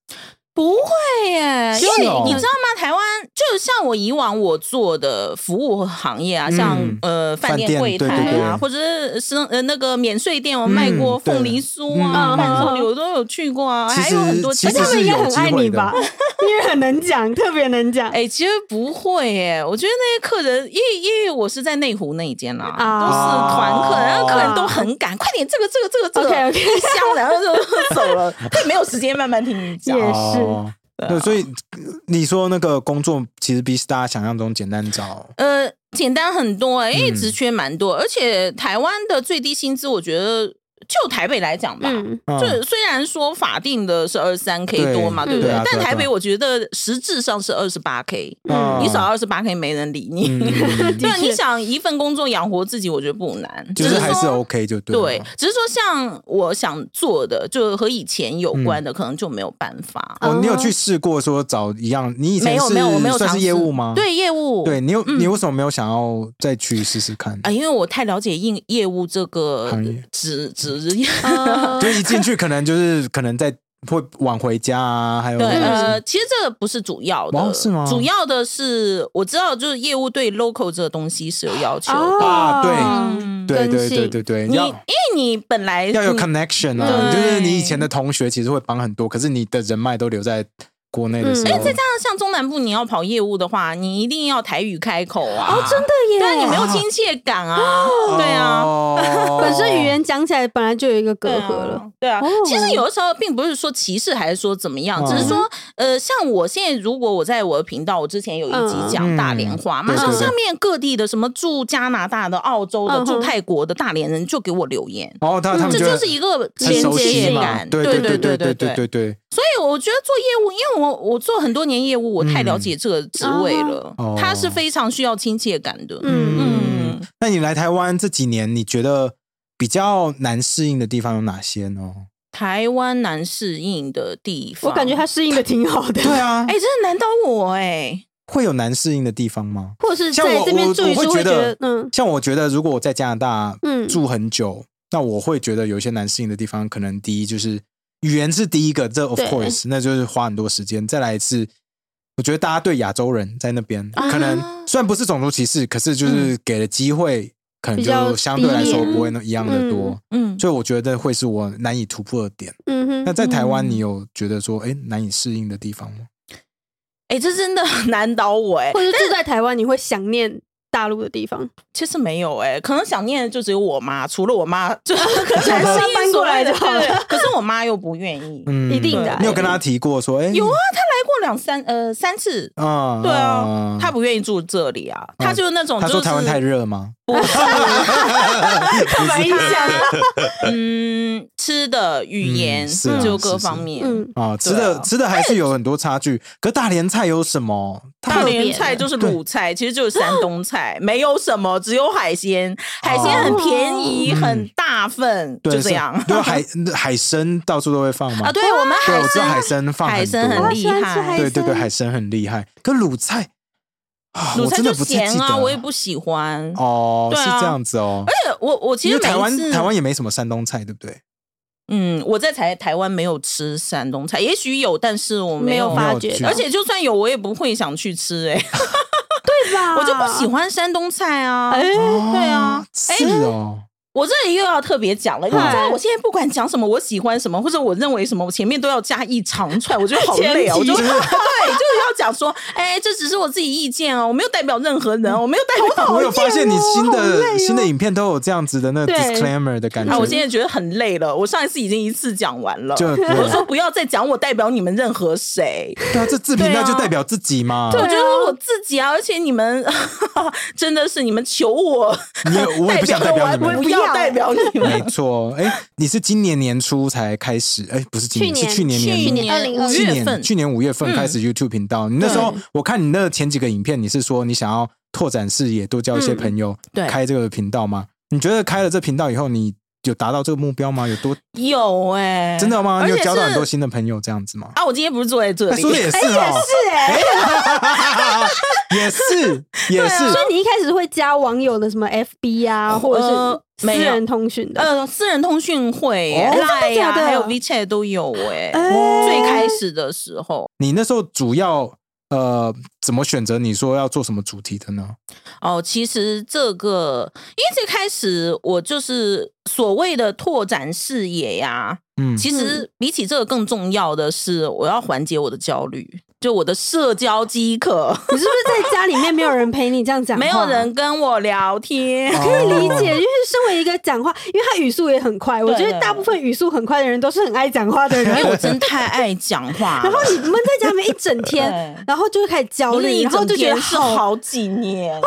[SPEAKER 3] 不会耶，
[SPEAKER 1] 是
[SPEAKER 3] 因为
[SPEAKER 1] 哦
[SPEAKER 3] 你知道吗？台湾就像我以往我做的服务行业啊，
[SPEAKER 1] 嗯
[SPEAKER 3] 像呃饭
[SPEAKER 1] 饭店
[SPEAKER 3] 店柜台
[SPEAKER 1] 对
[SPEAKER 2] 对对
[SPEAKER 3] 啊，或者是生呃那个免税店，我卖过
[SPEAKER 1] 嗯对
[SPEAKER 3] 凤梨酥啊、
[SPEAKER 2] 嗯
[SPEAKER 3] 伴手礼，我都有去过啊，
[SPEAKER 1] 其
[SPEAKER 3] 还
[SPEAKER 1] 实
[SPEAKER 3] 有很多
[SPEAKER 1] 其
[SPEAKER 3] 其
[SPEAKER 1] 实
[SPEAKER 3] 他
[SPEAKER 2] 他们应该很爱你吧？
[SPEAKER 1] 这
[SPEAKER 2] 因为很能 讲，特别能讲。
[SPEAKER 3] 哎、其实不会耶，我觉得那些客人，因为因为我是在内湖那一间啦，
[SPEAKER 2] 啊
[SPEAKER 3] 都是团客，然后客
[SPEAKER 2] 啊
[SPEAKER 3] 人都很赶，快点这个这个这个这个
[SPEAKER 2] OK，OK
[SPEAKER 3] 一箱，然后就走了，他也没有时间慢慢听你讲。
[SPEAKER 2] 也是
[SPEAKER 1] 哦对，所以呃你说那个工作其实比大家想象中简单找，
[SPEAKER 3] 呃，简单很多哎、因为
[SPEAKER 1] 嗯
[SPEAKER 3] 职缺蛮多，而且台湾的最低薪资，我觉得就台北来讲吧。
[SPEAKER 2] 嗯，
[SPEAKER 1] 嗯
[SPEAKER 3] 就虽然说法定的是二三 K
[SPEAKER 1] 对
[SPEAKER 3] 多嘛，对不
[SPEAKER 1] 对
[SPEAKER 3] 对
[SPEAKER 1] 啊？对
[SPEAKER 3] 但
[SPEAKER 1] 啊
[SPEAKER 3] 台
[SPEAKER 1] 对
[SPEAKER 3] 北
[SPEAKER 1] 啊
[SPEAKER 3] 我觉得实质上是二十八 K，
[SPEAKER 1] 嗯
[SPEAKER 3] 你少二十八 K 没人理你。
[SPEAKER 1] 嗯
[SPEAKER 3] 对
[SPEAKER 2] 的确
[SPEAKER 3] 啊，你想一份工作养活自己，我觉得不难，
[SPEAKER 1] 就
[SPEAKER 3] 只
[SPEAKER 1] 是
[SPEAKER 3] 是
[SPEAKER 1] 还是
[SPEAKER 3] 说
[SPEAKER 1] OK 就对了。啊
[SPEAKER 3] 对，只是说像我想做的，就和以前有关
[SPEAKER 1] 嗯
[SPEAKER 3] 的，可能就没有办法。
[SPEAKER 1] 哦，你有去试过说找一样？你以
[SPEAKER 3] 嗯没
[SPEAKER 1] 前
[SPEAKER 3] 有
[SPEAKER 1] 是
[SPEAKER 3] 没有，我没有
[SPEAKER 1] 算
[SPEAKER 3] 尝
[SPEAKER 1] 是
[SPEAKER 3] 试
[SPEAKER 1] 业务吗？
[SPEAKER 3] 对业务，
[SPEAKER 1] 对，你有
[SPEAKER 3] 嗯
[SPEAKER 1] 你为什么没有想要再去试试看？
[SPEAKER 3] 啊，因为我太了解业业务这个
[SPEAKER 1] 行业嗯
[SPEAKER 3] 职职业。
[SPEAKER 2] 呃
[SPEAKER 1] 就一进去可能就是可能在会晚回家啊，还有
[SPEAKER 3] 对，
[SPEAKER 1] 就是
[SPEAKER 3] 呃，其实这个不是主要的，
[SPEAKER 1] 哦是吗
[SPEAKER 3] 主要的是我知道，就是业务对 local 这个东西是有要求的。
[SPEAKER 2] 哦
[SPEAKER 1] 啊对
[SPEAKER 3] 嗯，
[SPEAKER 1] 对对
[SPEAKER 2] 更
[SPEAKER 1] 对
[SPEAKER 2] 新
[SPEAKER 1] 对对，
[SPEAKER 3] 你因
[SPEAKER 1] 要
[SPEAKER 3] 为你本来
[SPEAKER 1] 要有
[SPEAKER 3] 你
[SPEAKER 1] connection 啊，
[SPEAKER 3] 对
[SPEAKER 1] 就是你以前的同学其实会帮很多，可是你的人脉都留在国内的时候
[SPEAKER 2] 嗯哎，
[SPEAKER 3] 那像中南部你要跑业务的话，你一定要台语开口啊，
[SPEAKER 2] 哦，真的耶，
[SPEAKER 3] 对啊，你没有亲切感啊，
[SPEAKER 1] 哦
[SPEAKER 3] 对啊。
[SPEAKER 1] 啊
[SPEAKER 2] 本身语言讲起来本来就有一个隔阂了，
[SPEAKER 3] 对啊，
[SPEAKER 2] 哦
[SPEAKER 3] 其实有的时候并不是说歧视，还是说怎么样，
[SPEAKER 1] 嗯
[SPEAKER 3] 只是说，呃，像我现在如果我在我的频道，我之前有一集
[SPEAKER 1] 嗯
[SPEAKER 3] 讲大连话嘛，
[SPEAKER 1] 对
[SPEAKER 3] 上
[SPEAKER 1] 对对
[SPEAKER 3] 上面各地的什么驻加拿大的、澳洲的、
[SPEAKER 2] 嗯哼
[SPEAKER 3] 驻泰国的大连人就给我留言，
[SPEAKER 1] 哦，他他们
[SPEAKER 3] 嗯这
[SPEAKER 1] 会
[SPEAKER 3] 就是一个
[SPEAKER 1] 很
[SPEAKER 3] 连
[SPEAKER 1] 熟悉
[SPEAKER 3] 接
[SPEAKER 1] 嘛，
[SPEAKER 3] 感，
[SPEAKER 1] 对
[SPEAKER 3] 对
[SPEAKER 1] 对
[SPEAKER 3] 对
[SPEAKER 1] 对
[SPEAKER 3] 对
[SPEAKER 1] 对对，
[SPEAKER 3] 所以我觉得做业务，因为我我做很多年业务，我太了解这个职位了
[SPEAKER 1] 嗯嗯哦，
[SPEAKER 3] 它是非常需要亲切感的。
[SPEAKER 1] 嗯
[SPEAKER 3] 嗯，
[SPEAKER 1] 那你来台湾这几年，你觉得比较难适应的地方有哪些呢？
[SPEAKER 3] 台湾难适应的地方，
[SPEAKER 2] 我感觉他适应的挺好的，
[SPEAKER 1] 对啊，
[SPEAKER 3] 哎，真的难倒我哎。
[SPEAKER 1] 会有难适应的地方吗？
[SPEAKER 2] 或者是
[SPEAKER 1] 像
[SPEAKER 2] 在
[SPEAKER 1] 我
[SPEAKER 2] 这边
[SPEAKER 1] 我
[SPEAKER 2] 住
[SPEAKER 1] 我
[SPEAKER 2] 一住
[SPEAKER 1] 会
[SPEAKER 2] 会
[SPEAKER 1] 觉
[SPEAKER 2] 觉
[SPEAKER 1] 得
[SPEAKER 2] 得，，嗯
[SPEAKER 1] 像我觉得如果我在加拿大
[SPEAKER 2] 嗯，
[SPEAKER 1] 住很久，那我会觉得有一些难适应的地方，可能第一就是语言是第一个，这 of
[SPEAKER 2] 对
[SPEAKER 1] course，那就是花很多时间。再来是，我觉得大家对亚洲人在那边，
[SPEAKER 3] 啊
[SPEAKER 1] 可能虽然不是种族歧视，可是就是给的机会，可能
[SPEAKER 2] 嗯比较
[SPEAKER 1] 就相对来说
[SPEAKER 2] 低
[SPEAKER 1] 不会那一样的多。
[SPEAKER 3] 嗯，
[SPEAKER 1] 所以我觉得会是我难以突破的点。
[SPEAKER 2] 嗯
[SPEAKER 1] 那
[SPEAKER 2] 哼，
[SPEAKER 1] 在台湾，
[SPEAKER 3] 嗯
[SPEAKER 1] 你有觉得说，哎，难以适应的地方吗？
[SPEAKER 3] 哎、这真的很难倒我哎、
[SPEAKER 2] 或者住在台湾，你会想念大陆的地 方？
[SPEAKER 3] 其实没有哎、可能想念的就只有我妈，除了 我妈，就可是
[SPEAKER 2] 我妈
[SPEAKER 3] 是
[SPEAKER 2] 搬过来就好了
[SPEAKER 3] 对对对可是我妈又不愿意，
[SPEAKER 1] 嗯，
[SPEAKER 2] 一定的啊
[SPEAKER 1] 你有跟他提过说，哎，
[SPEAKER 3] 有啊，她来过两三呃三次，
[SPEAKER 1] 啊，
[SPEAKER 3] 对啊，她不愿意住这里啊，她就是那种
[SPEAKER 1] 他
[SPEAKER 3] 就是
[SPEAKER 1] 嗯说台湾太热吗？
[SPEAKER 2] 刻板印象，
[SPEAKER 3] 嗯，吃的语言、
[SPEAKER 1] 嗯是啊
[SPEAKER 3] 就是各
[SPEAKER 1] 是
[SPEAKER 3] 方面，
[SPEAKER 2] 嗯，
[SPEAKER 1] 啊，吃
[SPEAKER 3] 对啊
[SPEAKER 1] 的吃的还是有很多差距。可大连菜有什么？它
[SPEAKER 3] 大
[SPEAKER 1] 的
[SPEAKER 3] 连菜就是鲁菜，其实就是山东菜，没有什么，只有海鲜，海鲜很便宜，
[SPEAKER 1] 哦
[SPEAKER 3] 很大份，
[SPEAKER 1] 对
[SPEAKER 3] 就这样
[SPEAKER 1] 是。对啊海 海参到处都会放吗
[SPEAKER 3] 啊，？对我们
[SPEAKER 1] 对，我知道
[SPEAKER 3] 参
[SPEAKER 1] 海参放
[SPEAKER 3] 海参
[SPEAKER 1] 多哦
[SPEAKER 3] 很
[SPEAKER 2] 喜
[SPEAKER 3] 厉
[SPEAKER 2] 欢吃
[SPEAKER 3] 害
[SPEAKER 2] 海，
[SPEAKER 1] 对对对，
[SPEAKER 2] 参
[SPEAKER 1] 海参很厉害。可鲁菜啊，
[SPEAKER 3] 鲁
[SPEAKER 1] 我
[SPEAKER 3] 菜
[SPEAKER 1] 真的
[SPEAKER 3] 就
[SPEAKER 1] 不太
[SPEAKER 3] 咸
[SPEAKER 1] 记得
[SPEAKER 3] 啊，
[SPEAKER 1] 了
[SPEAKER 3] 我也不喜欢。
[SPEAKER 1] 哦，
[SPEAKER 3] 对
[SPEAKER 1] 是
[SPEAKER 3] 啊
[SPEAKER 1] 这样子哦
[SPEAKER 3] 而。且我我其
[SPEAKER 1] 因
[SPEAKER 3] 实
[SPEAKER 1] 为
[SPEAKER 3] 每
[SPEAKER 1] 台
[SPEAKER 3] 一
[SPEAKER 1] 湾
[SPEAKER 3] 次
[SPEAKER 1] 台湾也没什么山东菜，对不对？
[SPEAKER 3] 嗯，我在台台湾没有吃山东菜，也许有，但是我
[SPEAKER 2] 没有
[SPEAKER 3] 有。
[SPEAKER 2] 发啊
[SPEAKER 1] 没有
[SPEAKER 2] 觉
[SPEAKER 1] 去
[SPEAKER 2] 到，
[SPEAKER 3] 而且就算有，我也不会想去吃，哎，
[SPEAKER 2] 对吧？
[SPEAKER 3] 我就不喜。欢山东菜啊。
[SPEAKER 2] 哎，
[SPEAKER 1] 对
[SPEAKER 3] 啊
[SPEAKER 1] 是哦，
[SPEAKER 3] 我这里又要特别讲了，因为你知道
[SPEAKER 2] 嗨
[SPEAKER 3] 我现在不管讲什么，我喜欢什么或者我认为什么，我前面都要加一长串，我觉得好累哦。我
[SPEAKER 2] 前提
[SPEAKER 3] 就 对，就是要讲说，哎，这只是我自己意见哦，我没有代表任何人，我没有代 表。
[SPEAKER 1] 我有发现你新
[SPEAKER 2] 好累哦
[SPEAKER 1] 的新的影片都有这样子的那个
[SPEAKER 2] 对
[SPEAKER 1] disclaimer 的感
[SPEAKER 3] 啊，我现
[SPEAKER 1] 觉，
[SPEAKER 3] 在觉得很累了，我上一次已经一次讲完了。
[SPEAKER 1] 就对
[SPEAKER 3] 我说不要再讲我代表你们任何谁，
[SPEAKER 1] 对啊，这自评
[SPEAKER 3] 对
[SPEAKER 1] 那
[SPEAKER 3] 啊
[SPEAKER 1] 就代表自己嘛。
[SPEAKER 3] 我觉得我自己啊，而且你们 真的是你们求我，
[SPEAKER 1] 你也我也不想代表你
[SPEAKER 3] 我
[SPEAKER 1] 们
[SPEAKER 3] 我，不要代表你
[SPEAKER 1] 没
[SPEAKER 3] 们。
[SPEAKER 1] 错，哎，你是今年年初才开始，哎，不是今
[SPEAKER 2] 去
[SPEAKER 1] 年，
[SPEAKER 2] 年
[SPEAKER 1] 是去年年
[SPEAKER 2] 去
[SPEAKER 1] 底
[SPEAKER 2] 年2025
[SPEAKER 3] 五
[SPEAKER 1] 去
[SPEAKER 3] 月
[SPEAKER 1] 年
[SPEAKER 3] 份，
[SPEAKER 1] 去年五月份开始 YouTube 频道，你那时候
[SPEAKER 2] 对
[SPEAKER 1] 我看你那前几个影片，你是说你想要拓展视野，多交一些
[SPEAKER 3] 嗯
[SPEAKER 1] 朋友，
[SPEAKER 3] 对
[SPEAKER 1] 开这个频道吗？你觉得开了这频道以后，你有达到这个目标吗？有多
[SPEAKER 3] 有哎、
[SPEAKER 1] 真的吗？
[SPEAKER 3] 而
[SPEAKER 1] 你
[SPEAKER 3] 且
[SPEAKER 1] 有交到
[SPEAKER 3] 是
[SPEAKER 1] 很多新的朋友这样子吗？
[SPEAKER 3] 啊！我今天不是坐在这
[SPEAKER 1] 哎
[SPEAKER 3] 里，
[SPEAKER 1] 说的也是
[SPEAKER 3] 啊
[SPEAKER 2] 也
[SPEAKER 1] 哦，
[SPEAKER 2] 是哎，
[SPEAKER 1] 也是
[SPEAKER 3] 啊
[SPEAKER 1] 也是，
[SPEAKER 2] 所以你一开始会加网友的什么 FB 啊，
[SPEAKER 3] 呃
[SPEAKER 2] 或者是私
[SPEAKER 3] 没有
[SPEAKER 2] 人通讯的，
[SPEAKER 3] 呃，私人通讯会、
[SPEAKER 1] 哦
[SPEAKER 3] 欸、
[SPEAKER 1] 真的
[SPEAKER 3] 赖呀、
[SPEAKER 2] 假的
[SPEAKER 3] 还有 WeChat 都有哎、
[SPEAKER 2] 哎
[SPEAKER 3] 最开始的时候，
[SPEAKER 1] 你那时候主要呃怎么选择？你说要做什么主题的呢？
[SPEAKER 3] 哦，其实这个，因为最开始我就是所谓的拓展视野呀、
[SPEAKER 1] 嗯，
[SPEAKER 3] 其实比起这个更重要的是，我要缓解我的焦虑，就我的社交饥渴，
[SPEAKER 2] 你是不是在家里面没有人陪你这样讲话？
[SPEAKER 3] 没有人跟我聊天。
[SPEAKER 2] 可以理
[SPEAKER 1] 哦
[SPEAKER 2] 解，因为身为一个讲话，因为他语速也很快，我
[SPEAKER 3] 对
[SPEAKER 2] 觉得大部分语速很快的人都是很爱讲话的 人
[SPEAKER 3] 因。为我真太爱讲话了，
[SPEAKER 2] 然后你闷在家里面一整天
[SPEAKER 3] 对，
[SPEAKER 2] 然后就会开始焦
[SPEAKER 3] 不是
[SPEAKER 2] 虑，
[SPEAKER 3] 一
[SPEAKER 2] 然后
[SPEAKER 3] 整
[SPEAKER 2] 就觉
[SPEAKER 3] 天
[SPEAKER 2] 得
[SPEAKER 3] 是
[SPEAKER 2] 好。
[SPEAKER 3] 好几年，
[SPEAKER 1] 哦，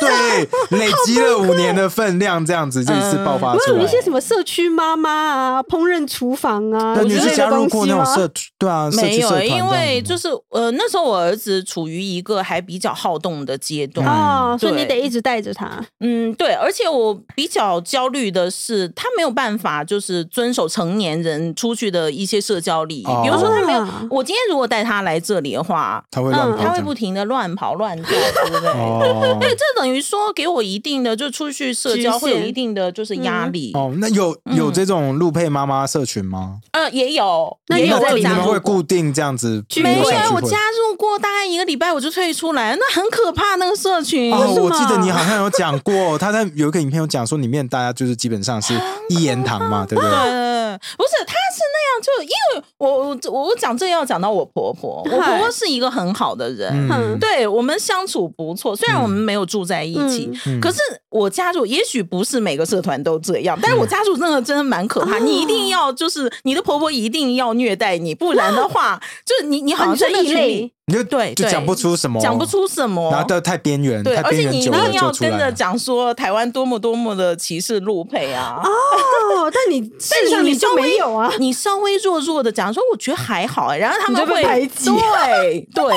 [SPEAKER 1] 对，累积了五年的分量，这样子就一次爆发
[SPEAKER 2] 不
[SPEAKER 1] 出
[SPEAKER 2] 是有
[SPEAKER 1] 来
[SPEAKER 3] 嗯
[SPEAKER 2] 一。些什么社区妈妈啊、烹饪厨房啊
[SPEAKER 1] 那
[SPEAKER 2] 之
[SPEAKER 1] 你
[SPEAKER 2] 类
[SPEAKER 1] 是加
[SPEAKER 2] 的
[SPEAKER 1] 入
[SPEAKER 2] 东
[SPEAKER 1] 过
[SPEAKER 2] 西
[SPEAKER 1] 那种
[SPEAKER 2] 吗？
[SPEAKER 1] 社对啊，社
[SPEAKER 3] 没
[SPEAKER 1] 区社
[SPEAKER 3] 有
[SPEAKER 1] 团这
[SPEAKER 3] 欸，
[SPEAKER 1] 样
[SPEAKER 3] 因
[SPEAKER 1] 子
[SPEAKER 3] 为
[SPEAKER 1] 吗
[SPEAKER 3] 就是呃，那时候我儿子处于一个还比较好动的阶段，
[SPEAKER 2] 啊，所以你
[SPEAKER 3] 对
[SPEAKER 2] 得一直带着他。
[SPEAKER 3] 嗯对，而且我比较焦虑的是，他没有办法就是遵守成年人出去的一些社交礼仪，比如说他没有，
[SPEAKER 2] 啊
[SPEAKER 3] 我今天如果带他来这里的话，
[SPEAKER 1] 他会乱哦
[SPEAKER 2] 嗯
[SPEAKER 1] 跑这
[SPEAKER 3] 他
[SPEAKER 1] 样，
[SPEAKER 3] 会不停的乱跑乱跳，对不对？
[SPEAKER 1] 哦
[SPEAKER 3] 对，这等于说给我一定的，就出去社
[SPEAKER 2] 局
[SPEAKER 3] 交会有
[SPEAKER 2] 限
[SPEAKER 3] 一定的就是压力，
[SPEAKER 1] 哦，那有有
[SPEAKER 3] 嗯
[SPEAKER 1] 这种路配妈妈社群吗？
[SPEAKER 3] 呃，也有，
[SPEAKER 2] 那
[SPEAKER 3] 也
[SPEAKER 2] 你
[SPEAKER 3] 有
[SPEAKER 2] 有在
[SPEAKER 1] 你
[SPEAKER 2] 加
[SPEAKER 1] 们
[SPEAKER 2] 入
[SPEAKER 1] 会固定这样子
[SPEAKER 2] 聚
[SPEAKER 1] 没
[SPEAKER 3] 没
[SPEAKER 1] 有
[SPEAKER 3] 有
[SPEAKER 2] 会
[SPEAKER 1] 小聚，
[SPEAKER 3] 我
[SPEAKER 1] 会
[SPEAKER 3] 加入过大概一个礼拜，我就退出来，那很可怕那个社群。
[SPEAKER 1] 哦，
[SPEAKER 2] 是
[SPEAKER 1] 我记得
[SPEAKER 2] 吗
[SPEAKER 1] 你好像有讲过，他在有一个影片有讲说，里面大家就是基本上是 一言堂嘛，对不
[SPEAKER 3] 对，
[SPEAKER 1] 对？
[SPEAKER 3] 嗯不是，他是那样，就因为我我我我讲这要讲到我婆婆，我婆
[SPEAKER 2] 嗨
[SPEAKER 3] 婆是一个很好的人，
[SPEAKER 1] 嗯，
[SPEAKER 3] 对我们相处不错，虽然我们没有住在一起，
[SPEAKER 1] 嗯
[SPEAKER 3] 可是我加入，也许不是每个社团都这样，但是我加入那个真的蛮可怕。
[SPEAKER 2] 哦
[SPEAKER 3] 你一定要就是你的婆婆一定要虐待你，不然的话，就是你你好
[SPEAKER 2] 啊，
[SPEAKER 3] 像
[SPEAKER 2] 你
[SPEAKER 3] 在
[SPEAKER 2] 说
[SPEAKER 3] 异
[SPEAKER 2] 异
[SPEAKER 3] 类
[SPEAKER 2] 类，
[SPEAKER 1] 你就
[SPEAKER 3] 对
[SPEAKER 1] 就
[SPEAKER 3] 对
[SPEAKER 1] 讲不出什么，
[SPEAKER 3] 讲不，出什么，
[SPEAKER 1] 然后到太边缘，
[SPEAKER 3] 对，
[SPEAKER 1] 太
[SPEAKER 3] 而
[SPEAKER 1] 边
[SPEAKER 3] 且
[SPEAKER 1] 缘
[SPEAKER 3] 你一
[SPEAKER 1] 久
[SPEAKER 3] 定
[SPEAKER 1] 了
[SPEAKER 3] 要
[SPEAKER 1] 就出
[SPEAKER 3] 跟
[SPEAKER 1] 来
[SPEAKER 3] 着
[SPEAKER 1] 了。
[SPEAKER 3] 讲说台湾多么多么的歧视陆配啊，
[SPEAKER 2] 哦，但 你事实上
[SPEAKER 3] 你
[SPEAKER 2] 你就
[SPEAKER 3] 稍微
[SPEAKER 2] 没有啊，
[SPEAKER 3] 你稍微弱弱的讲说我觉得还好、欸，然后他们
[SPEAKER 2] 你就
[SPEAKER 3] 会
[SPEAKER 2] 被排挤
[SPEAKER 3] 对对，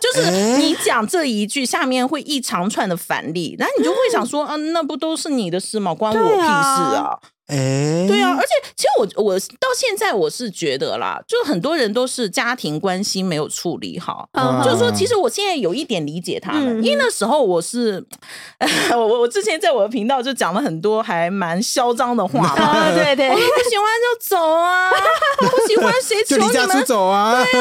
[SPEAKER 3] 就是
[SPEAKER 1] 哎
[SPEAKER 3] 你讲这一句，下面会一长串的反例，然后你就会想说，嗯、那不都是你的事吗？关我
[SPEAKER 2] 对
[SPEAKER 3] 屁事
[SPEAKER 2] 啊
[SPEAKER 3] 啊！
[SPEAKER 1] 哎，
[SPEAKER 3] 对啊，而且其实我我到现在我是觉得啦，就很多人都是家庭关系没有处理好，
[SPEAKER 1] 嗯
[SPEAKER 3] 就是说，其实我现在有一点理解他们，
[SPEAKER 2] 嗯
[SPEAKER 3] 因为那时候我是， 我我我之前在我的频道就讲了很多还蛮嚣张的话嘛，
[SPEAKER 2] 啊，对对
[SPEAKER 3] 我，说不喜欢就走啊，不喜欢谁求
[SPEAKER 1] 就离
[SPEAKER 3] 你
[SPEAKER 1] 家出
[SPEAKER 3] 们。
[SPEAKER 1] 走啊！
[SPEAKER 3] 谁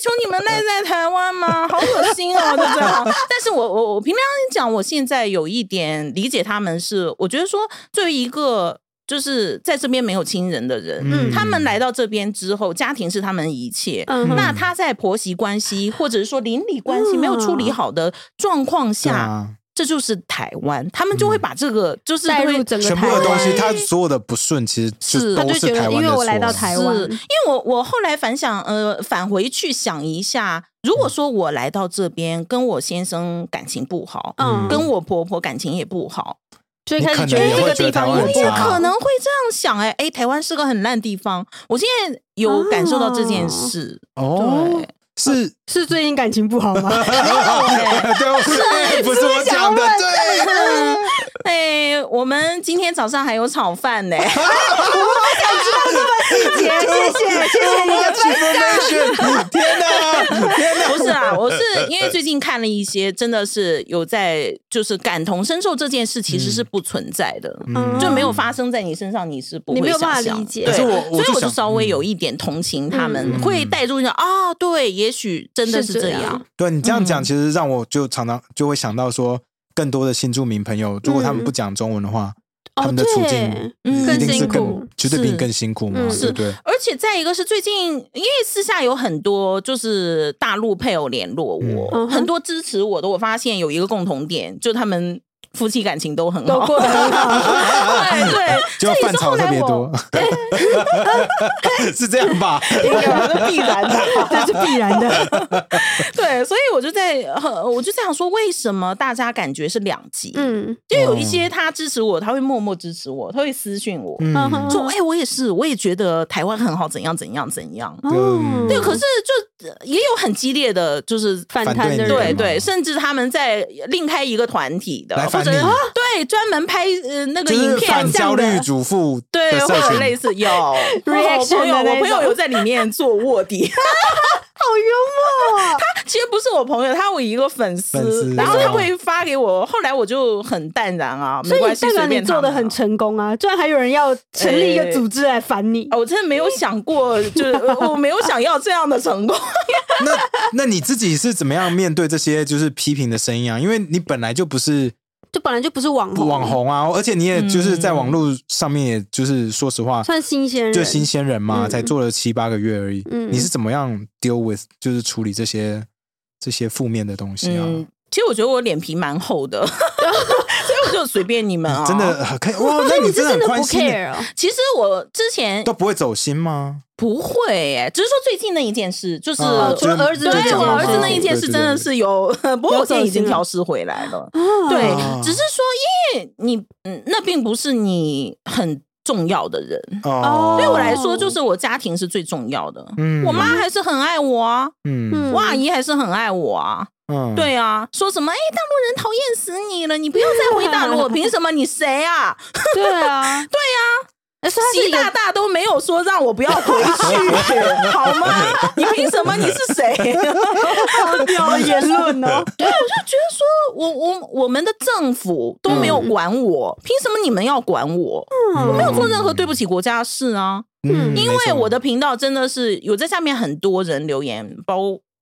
[SPEAKER 3] 求你们赖在台 湾吗？好恶心哦，就这样。但是我我我平常讲，我现在有一点理解他们是，我觉得说作为一个就是在这边没有亲人的人，
[SPEAKER 1] 嗯
[SPEAKER 3] 他们来到这边之后，家庭是他们一切。
[SPEAKER 2] 嗯哼，
[SPEAKER 3] 那他在婆媳关系或者是说邻里关系没有处理好的状况
[SPEAKER 1] 对
[SPEAKER 3] 下，
[SPEAKER 1] 啊，
[SPEAKER 3] 这就是台湾，他们就会把这个就是
[SPEAKER 2] 嗯带入
[SPEAKER 3] 会
[SPEAKER 2] 整个
[SPEAKER 1] 全部
[SPEAKER 2] 台湾
[SPEAKER 1] 的东西，他所有的不顺，其实就是都
[SPEAKER 2] 他就觉
[SPEAKER 1] 是台
[SPEAKER 2] 得，
[SPEAKER 1] 湾
[SPEAKER 2] 因为
[SPEAKER 1] 的
[SPEAKER 2] 我
[SPEAKER 1] 错。
[SPEAKER 2] 来到台湾，
[SPEAKER 3] 是因为我我后来反想，呃，返回去想一下，如果说我来到这边，跟我先生感情不好，
[SPEAKER 1] 嗯
[SPEAKER 2] 嗯，
[SPEAKER 3] 跟我婆婆感情也不好，
[SPEAKER 2] 就开
[SPEAKER 1] 你可
[SPEAKER 2] 始
[SPEAKER 1] 能
[SPEAKER 2] 觉得
[SPEAKER 1] 也
[SPEAKER 2] 这
[SPEAKER 1] 会
[SPEAKER 2] 个
[SPEAKER 1] 觉得
[SPEAKER 2] 地
[SPEAKER 1] 台
[SPEAKER 2] 方
[SPEAKER 1] 湾
[SPEAKER 2] 也
[SPEAKER 1] 很
[SPEAKER 2] 不
[SPEAKER 1] 差
[SPEAKER 2] 好
[SPEAKER 3] 可能会这样想、哎哎，台湾是个很烂地方。我现在有感受到这件事，
[SPEAKER 1] 哦，是，哦
[SPEAKER 2] 是最近感情 不 好吗？
[SPEAKER 1] 对，不是我讲的，对，
[SPEAKER 3] 对，哎，我们今天早上还有炒饭呢、
[SPEAKER 2] 姐，谢谢谢谢你 的
[SPEAKER 1] information，天哪，天哪，
[SPEAKER 3] 不是啊，我是因为最近看了一些，真的是有在就是感同身受这件事，其实是不存在的。
[SPEAKER 1] 嗯
[SPEAKER 3] 就没有发生在你身上，你是不会
[SPEAKER 2] 你没有办法
[SPEAKER 3] 想象
[SPEAKER 2] 理解
[SPEAKER 3] 对
[SPEAKER 1] 可是我我
[SPEAKER 3] 所以
[SPEAKER 1] 就
[SPEAKER 3] 我就
[SPEAKER 1] 想
[SPEAKER 3] 稍微
[SPEAKER 1] 嗯
[SPEAKER 3] 有一点同情他们，
[SPEAKER 1] 嗯
[SPEAKER 3] 会带入一种啊，对，也许真的
[SPEAKER 2] 是
[SPEAKER 3] 这
[SPEAKER 2] 这样。
[SPEAKER 1] 对你这样讲，
[SPEAKER 3] 嗯
[SPEAKER 1] 其实让我就常常就会想到说，更多的新住民朋友，如果他们
[SPEAKER 2] 嗯
[SPEAKER 1] 不讲中文的话，他
[SPEAKER 2] 哦，
[SPEAKER 1] 们的处
[SPEAKER 2] 对
[SPEAKER 1] 境，
[SPEAKER 3] 嗯
[SPEAKER 1] 一定是
[SPEAKER 2] 更辛
[SPEAKER 1] 更
[SPEAKER 2] 苦
[SPEAKER 1] 绝对比你
[SPEAKER 3] 是
[SPEAKER 1] 更辛苦嘛，
[SPEAKER 2] 嗯
[SPEAKER 1] 对不
[SPEAKER 3] 是
[SPEAKER 1] 对？
[SPEAKER 3] 而且再一个是最近，因为私下有很多就是大陆配偶联络我，
[SPEAKER 2] 嗯嗯哼
[SPEAKER 3] 很多支持我的，我发现有一个共同点，就他们夫妻感情都很
[SPEAKER 2] 都
[SPEAKER 3] 好。
[SPEAKER 2] 过得很好。
[SPEAKER 3] 对对，
[SPEAKER 1] 就
[SPEAKER 3] 这也
[SPEAKER 1] 饭
[SPEAKER 3] 是后
[SPEAKER 1] 炒特
[SPEAKER 3] 来
[SPEAKER 1] 别
[SPEAKER 3] 我
[SPEAKER 1] 多， 是这样吧？
[SPEAKER 2] 必然的，这是必然的。
[SPEAKER 3] 对，所以我就在，呃我就在想说，为什么大家感觉是两极？
[SPEAKER 2] 嗯，
[SPEAKER 3] 就有一
[SPEAKER 1] 哦
[SPEAKER 3] 些他支持我，他会默默支持我，他会私讯我，
[SPEAKER 2] 嗯哼
[SPEAKER 1] 嗯，
[SPEAKER 3] 说：“哎、我也是，我也觉得台湾很好，怎样怎样怎样。
[SPEAKER 2] 哦
[SPEAKER 1] 嗯
[SPEAKER 3] 对，可是就呃也有很激烈的，就是
[SPEAKER 2] 反
[SPEAKER 1] 反
[SPEAKER 2] 弹
[SPEAKER 1] 对
[SPEAKER 2] 的
[SPEAKER 1] 你
[SPEAKER 3] 对
[SPEAKER 2] 人，
[SPEAKER 3] 对，甚至他们在另开一个团体的
[SPEAKER 1] 来，
[SPEAKER 3] 或
[SPEAKER 1] 反
[SPEAKER 3] 者
[SPEAKER 1] 你
[SPEAKER 3] 是对专门拍呃那个
[SPEAKER 1] 就
[SPEAKER 3] 影
[SPEAKER 1] 是
[SPEAKER 3] 片
[SPEAKER 1] 反
[SPEAKER 3] 这
[SPEAKER 1] 焦
[SPEAKER 3] 样
[SPEAKER 1] 虑
[SPEAKER 3] 的。
[SPEAKER 1] 主妇
[SPEAKER 3] 对，
[SPEAKER 1] 的
[SPEAKER 3] 或
[SPEAKER 1] 社
[SPEAKER 3] 者类
[SPEAKER 1] 群，
[SPEAKER 3] 似 有我
[SPEAKER 2] Reaction
[SPEAKER 3] 朋友，
[SPEAKER 2] 的那
[SPEAKER 3] 我朋友
[SPEAKER 2] 种
[SPEAKER 3] 有在里面做卧 底，
[SPEAKER 2] 好幽默哦。
[SPEAKER 3] 其实不是我朋友，他我一个粉
[SPEAKER 1] 粉
[SPEAKER 3] 丝，
[SPEAKER 1] 丝
[SPEAKER 3] 然后
[SPEAKER 1] 对
[SPEAKER 3] 他会发给我，后来我就很淡然啊，
[SPEAKER 2] 所
[SPEAKER 3] 没
[SPEAKER 2] 以
[SPEAKER 3] 关
[SPEAKER 2] 你
[SPEAKER 3] 系
[SPEAKER 2] 代，表
[SPEAKER 3] 随
[SPEAKER 2] 你
[SPEAKER 3] 便他
[SPEAKER 2] 做的
[SPEAKER 3] 们
[SPEAKER 2] 很
[SPEAKER 3] 啊
[SPEAKER 2] 成功啊，居然还有人要成立一个组织来烦你
[SPEAKER 1] 哎
[SPEAKER 3] 啊，。我真的没有想过，就是呃我我没有想要这样的成功。
[SPEAKER 1] 那那你自己是怎么样面对这些就是批评的声音啊？因为你本来就不是
[SPEAKER 2] 就本来就不是网红，
[SPEAKER 1] 网红啊，而且你也就是在
[SPEAKER 3] 嗯
[SPEAKER 1] 网络上面，也就是说实话，
[SPEAKER 2] 算新鲜人，
[SPEAKER 1] 就啊新鲜人嘛，
[SPEAKER 2] 嗯
[SPEAKER 1] 才做了七八个月而已。
[SPEAKER 2] 嗯
[SPEAKER 1] 你是怎么样 deal with 就是处理这些这些负面的东西啊？
[SPEAKER 3] 嗯，其实我觉得我脸皮蛮 厚的，所以我就随便你们啊。
[SPEAKER 1] 真的，很可以哇！那你
[SPEAKER 2] 是
[SPEAKER 1] 真的
[SPEAKER 2] 真
[SPEAKER 1] 很
[SPEAKER 2] 的不
[SPEAKER 1] 宽心欸耶，
[SPEAKER 2] care 哦。
[SPEAKER 3] 其实我之前
[SPEAKER 1] 都不会走心吗？
[SPEAKER 3] 不会耶、只是说最近那一件事，就是。
[SPEAKER 1] 啊
[SPEAKER 2] 除了
[SPEAKER 1] 就
[SPEAKER 2] 儿子
[SPEAKER 1] 就
[SPEAKER 2] 的
[SPEAKER 1] 讲
[SPEAKER 3] 对
[SPEAKER 2] 这
[SPEAKER 3] 我
[SPEAKER 2] 件
[SPEAKER 1] 到
[SPEAKER 3] 儿
[SPEAKER 1] 这
[SPEAKER 3] 子
[SPEAKER 1] 里
[SPEAKER 3] 那一件
[SPEAKER 1] 对
[SPEAKER 3] 事
[SPEAKER 1] 对
[SPEAKER 3] 真的
[SPEAKER 1] 对
[SPEAKER 3] 是有， 不过我现在已经调试回来了。对
[SPEAKER 1] 啊，
[SPEAKER 3] 只是说，因为你，嗯，那并不是你很重要的人。
[SPEAKER 1] 哦，
[SPEAKER 3] 对我来说，就是我家庭是最重要的。
[SPEAKER 1] 嗯
[SPEAKER 3] 我妈还是很爱我啊，
[SPEAKER 1] 嗯
[SPEAKER 3] 我阿姨还是很爱我啊。
[SPEAKER 1] 嗯，
[SPEAKER 3] 对啊，说什么？哎，大陆人讨厌死你了！你不要再回大陆了，凭什么？你谁 啊？
[SPEAKER 2] 对啊， 对啊，所以
[SPEAKER 3] 习
[SPEAKER 2] 他
[SPEAKER 3] 大大都没有说让我不要回 去，好吗？你凭什么？你是谁？
[SPEAKER 2] 是一个屌的言论 哦。
[SPEAKER 3] 觉得说我我我们的政府都没有管我，凭什么你们要管我？
[SPEAKER 1] 嗯，我
[SPEAKER 3] 没有做任何对不起国家的事啊！
[SPEAKER 1] 嗯，
[SPEAKER 3] 因
[SPEAKER 1] 没
[SPEAKER 3] 为
[SPEAKER 1] 错
[SPEAKER 3] 我的频道真的是有在下面很多人留言，包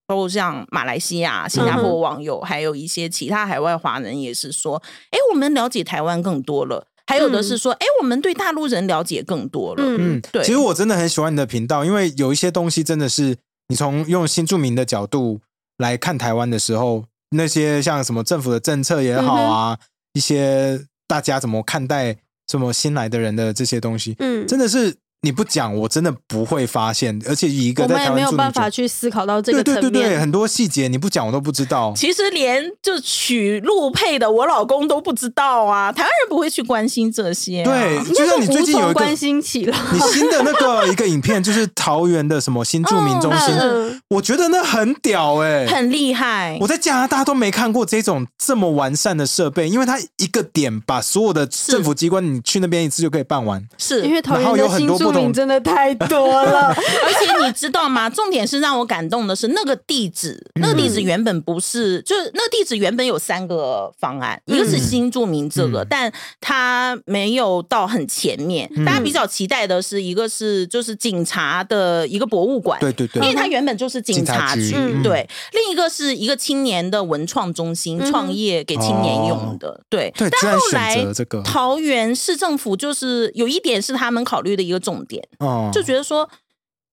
[SPEAKER 3] 包括像马来西亚、
[SPEAKER 1] 嗯
[SPEAKER 3] 新加坡网友，还有一些其他海外华人也是说，哎、我们了解台湾更多了。还有的是说，哎、我们对大陆人了解更多了。
[SPEAKER 2] 嗯
[SPEAKER 1] 嗯，
[SPEAKER 3] 对
[SPEAKER 1] 其实我真的很喜欢你的频道，因为有一些东西真的是你从用新住民的角度来看台湾的时候，那些像什么政府的政策也好
[SPEAKER 2] 嗯
[SPEAKER 1] 啊，一些大家怎么看待什么新来的人的这些东西，
[SPEAKER 2] 嗯，
[SPEAKER 1] 真的是你不讲，我真的不会发现。而且以一个
[SPEAKER 2] 我
[SPEAKER 1] 在
[SPEAKER 2] 们
[SPEAKER 1] 台
[SPEAKER 2] 也没
[SPEAKER 1] 湾
[SPEAKER 2] 有
[SPEAKER 1] 住
[SPEAKER 2] 办
[SPEAKER 1] 的
[SPEAKER 2] 法
[SPEAKER 1] 角度，
[SPEAKER 2] 去思考到这
[SPEAKER 1] 对
[SPEAKER 2] 个
[SPEAKER 1] 对对
[SPEAKER 2] 层
[SPEAKER 1] 对，
[SPEAKER 2] 面。
[SPEAKER 1] 很多细节你不讲我都不知道。
[SPEAKER 3] 其实连就娶陆配的我老公都不知道啊，台湾人不会去关心这些、啊。
[SPEAKER 1] 对，
[SPEAKER 2] 应
[SPEAKER 1] 就像
[SPEAKER 2] 该说
[SPEAKER 1] 你
[SPEAKER 2] 无
[SPEAKER 1] 最近有
[SPEAKER 2] 从
[SPEAKER 1] 一个
[SPEAKER 2] 关心起了，
[SPEAKER 1] 你新的那个一个影片，就是桃园的什么新住民中心，
[SPEAKER 3] 嗯
[SPEAKER 2] 嗯，
[SPEAKER 1] 我觉得那很屌哎、
[SPEAKER 3] 很厉害
[SPEAKER 1] 我。在加拿大都没看过这种这么完善的设备，因为它一个点把所有的政府机关，你去那边一次就可以办完。
[SPEAKER 3] 是
[SPEAKER 2] 因为桃
[SPEAKER 1] 然后
[SPEAKER 2] 园
[SPEAKER 1] 有
[SPEAKER 2] 的
[SPEAKER 1] 很
[SPEAKER 2] 新
[SPEAKER 1] 多不嗯
[SPEAKER 2] 住
[SPEAKER 1] 各种
[SPEAKER 2] 明真的太多 了，
[SPEAKER 3] 而且你知道吗？重点是让我感动的是那个地址，
[SPEAKER 1] 嗯
[SPEAKER 3] 那个地址原本不是，就是那个地址原本有三个方案，一个是新著名这个，
[SPEAKER 1] 嗯
[SPEAKER 3] 但它没有到很前面。
[SPEAKER 1] 嗯
[SPEAKER 3] 大家比较期待的是，一个是就是警察的一个博物馆，
[SPEAKER 1] 对对
[SPEAKER 3] 因为
[SPEAKER 1] 对，
[SPEAKER 3] 它原本就是警察
[SPEAKER 1] 警
[SPEAKER 3] 局，
[SPEAKER 1] 察局
[SPEAKER 2] 嗯
[SPEAKER 3] 对；另一个是一个青年的文创中心，
[SPEAKER 2] 嗯
[SPEAKER 3] 创业给青年用的，对。
[SPEAKER 1] 哦对，居
[SPEAKER 3] 但
[SPEAKER 1] 然
[SPEAKER 3] 后
[SPEAKER 1] 选
[SPEAKER 3] 来
[SPEAKER 1] 择这个，
[SPEAKER 3] 桃园市政府就是有一点是他们考虑的一个重点，
[SPEAKER 1] 哦，
[SPEAKER 3] 就觉得说。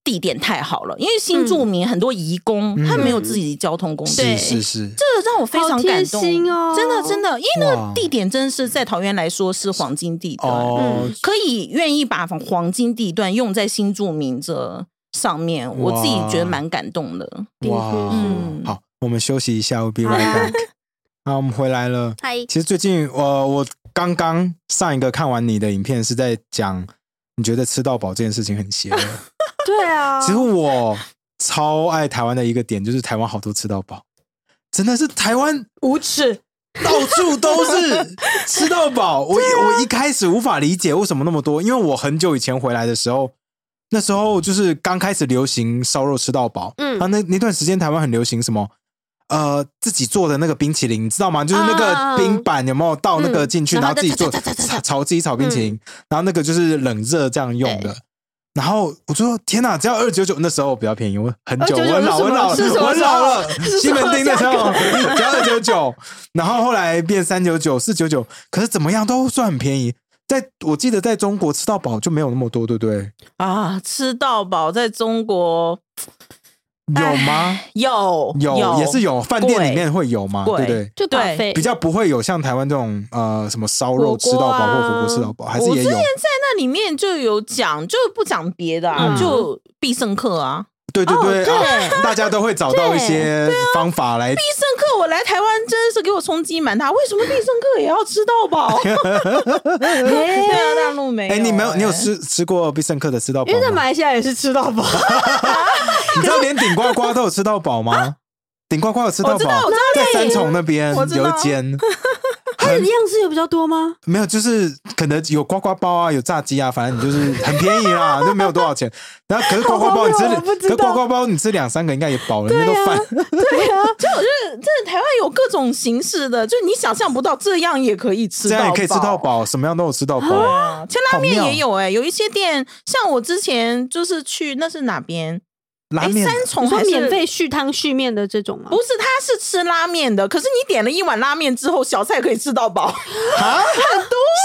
[SPEAKER 3] 地点太好了，因为新住民很多移工，
[SPEAKER 1] 嗯
[SPEAKER 3] 他没有自己交通工具，
[SPEAKER 1] 是
[SPEAKER 2] 对
[SPEAKER 1] 是是，
[SPEAKER 3] 这让我非常感
[SPEAKER 2] 好贴心
[SPEAKER 3] 动
[SPEAKER 2] 哦
[SPEAKER 3] 真的真的，因为那
[SPEAKER 1] 哇
[SPEAKER 3] 个地点真的是在桃园来说是黄金地段，
[SPEAKER 1] 哦
[SPEAKER 2] 嗯，
[SPEAKER 3] 可以愿意把黄金地段用在新住民这上面，我自己觉得蛮感动的。
[SPEAKER 1] 哇
[SPEAKER 3] 嗯，
[SPEAKER 1] 好，我们休息一下，We'll be right back。好，我们回来了。
[SPEAKER 2] 嗨，
[SPEAKER 1] 其实最近，呃，我刚刚上一个看完你的影片是在讲，你觉得吃到饱这件事情很邪恶。
[SPEAKER 2] 对啊，
[SPEAKER 1] 其实我超爱台湾的一个点就是台湾好多吃到饱，真的是台湾
[SPEAKER 2] 无耻，
[SPEAKER 1] 到处都是吃到饱。我、我一开始无法理解为什么那么多，因为我很久以前回来的时候，那时候就是刚开始流行烧肉吃到饱，
[SPEAKER 2] 嗯
[SPEAKER 1] 啊，那那段时间台湾很流行什么？呃，自己做的那个冰淇淋，你知道吗？就是那个
[SPEAKER 2] 啊
[SPEAKER 1] 冰板有没有倒那个
[SPEAKER 2] 嗯
[SPEAKER 1] 进去，
[SPEAKER 2] 然
[SPEAKER 1] 然
[SPEAKER 2] 后
[SPEAKER 1] 后自己
[SPEAKER 2] 再
[SPEAKER 1] 做
[SPEAKER 2] 再再再再
[SPEAKER 1] 炒炒自己炒冰淇
[SPEAKER 2] 嗯
[SPEAKER 1] 淋，然后那个就是冷热这样用的。然后我就说天哪，只要二九九，那时候比较便宜，我很久，
[SPEAKER 2] 299
[SPEAKER 1] 我很老，
[SPEAKER 2] 是
[SPEAKER 1] 我
[SPEAKER 2] 什
[SPEAKER 1] 很
[SPEAKER 2] 么
[SPEAKER 1] 老了，我很老了
[SPEAKER 2] 是什么时候是，
[SPEAKER 1] 西
[SPEAKER 2] 什么
[SPEAKER 1] 门町那时
[SPEAKER 2] 价
[SPEAKER 1] 候 只要二九九，然后后来变三九九、四九九，可是怎么样都算很便宜。在我记得在中国吃到饱就没有那么多，对不对？
[SPEAKER 3] 啊，吃到饱在中国
[SPEAKER 1] 有吗？
[SPEAKER 2] 哎
[SPEAKER 3] 有
[SPEAKER 1] 有也是有，饭店里
[SPEAKER 3] 贵
[SPEAKER 1] 面会有嘛，对不
[SPEAKER 3] 贵
[SPEAKER 1] 对？
[SPEAKER 2] 就
[SPEAKER 3] 对
[SPEAKER 2] 把费
[SPEAKER 1] 比较不会有像台湾这种呃什么烧肉吃到饱或火锅吃到饱，还是
[SPEAKER 3] 我
[SPEAKER 1] 也
[SPEAKER 3] 之前
[SPEAKER 1] 有
[SPEAKER 3] 在那里面就有讲，就不讲别的啊，
[SPEAKER 1] 嗯
[SPEAKER 3] 就必胜客啊，
[SPEAKER 1] 对对
[SPEAKER 2] 哦
[SPEAKER 1] 对
[SPEAKER 2] 对
[SPEAKER 1] 啊，大家都会找到一些方法来
[SPEAKER 3] 必胜客我来台湾真是给我冲击蛮大，为什么必胜客也要吃到 饱？对啊，大陆没有、
[SPEAKER 1] 哎、你没有，你有
[SPEAKER 3] 哎？
[SPEAKER 1] 吃吃过必胜客的吃到饱
[SPEAKER 2] 因为在马
[SPEAKER 1] 吗？
[SPEAKER 2] 来西亚也是吃到 饱，
[SPEAKER 1] 你知道连顶呱呱都有吃到饱吗？顶呱呱有吃到
[SPEAKER 3] 我知道
[SPEAKER 1] 饱
[SPEAKER 3] 我知道，
[SPEAKER 1] 在三重那边
[SPEAKER 3] 我知道
[SPEAKER 1] 有一间，
[SPEAKER 2] 它的样式有比较多吗？
[SPEAKER 1] 没有，就是可能有呱呱包啊，有炸鸡啊，反正你就是很便宜 啦，就没有多少钱。然后可是呱呱包你吃，
[SPEAKER 2] 好荒谬我不
[SPEAKER 1] 可
[SPEAKER 2] 知
[SPEAKER 1] 是
[SPEAKER 2] 道
[SPEAKER 1] 呱呱包你吃两三个应该也饱
[SPEAKER 3] 啊
[SPEAKER 1] 了，那都 饭。啊
[SPEAKER 3] 就我觉得真的台湾有各种形式的，就你想象不到，这样也可以吃
[SPEAKER 1] 这
[SPEAKER 3] 到，
[SPEAKER 1] 样也可以吃到。饱，什么样都有吃到饱。
[SPEAKER 3] 啊，其实拉面
[SPEAKER 1] 好妙
[SPEAKER 3] 也有哎、有一些店，像我之前就是去那是哪边？
[SPEAKER 1] 拉
[SPEAKER 3] 哎，
[SPEAKER 1] 面
[SPEAKER 3] 三重
[SPEAKER 2] 你说
[SPEAKER 3] 还是
[SPEAKER 2] 免费续汤续面的这种吗？
[SPEAKER 3] 不是，他是吃拉面的，可是你点了一碗拉面之后，小菜可以吃到饱。
[SPEAKER 1] 啊，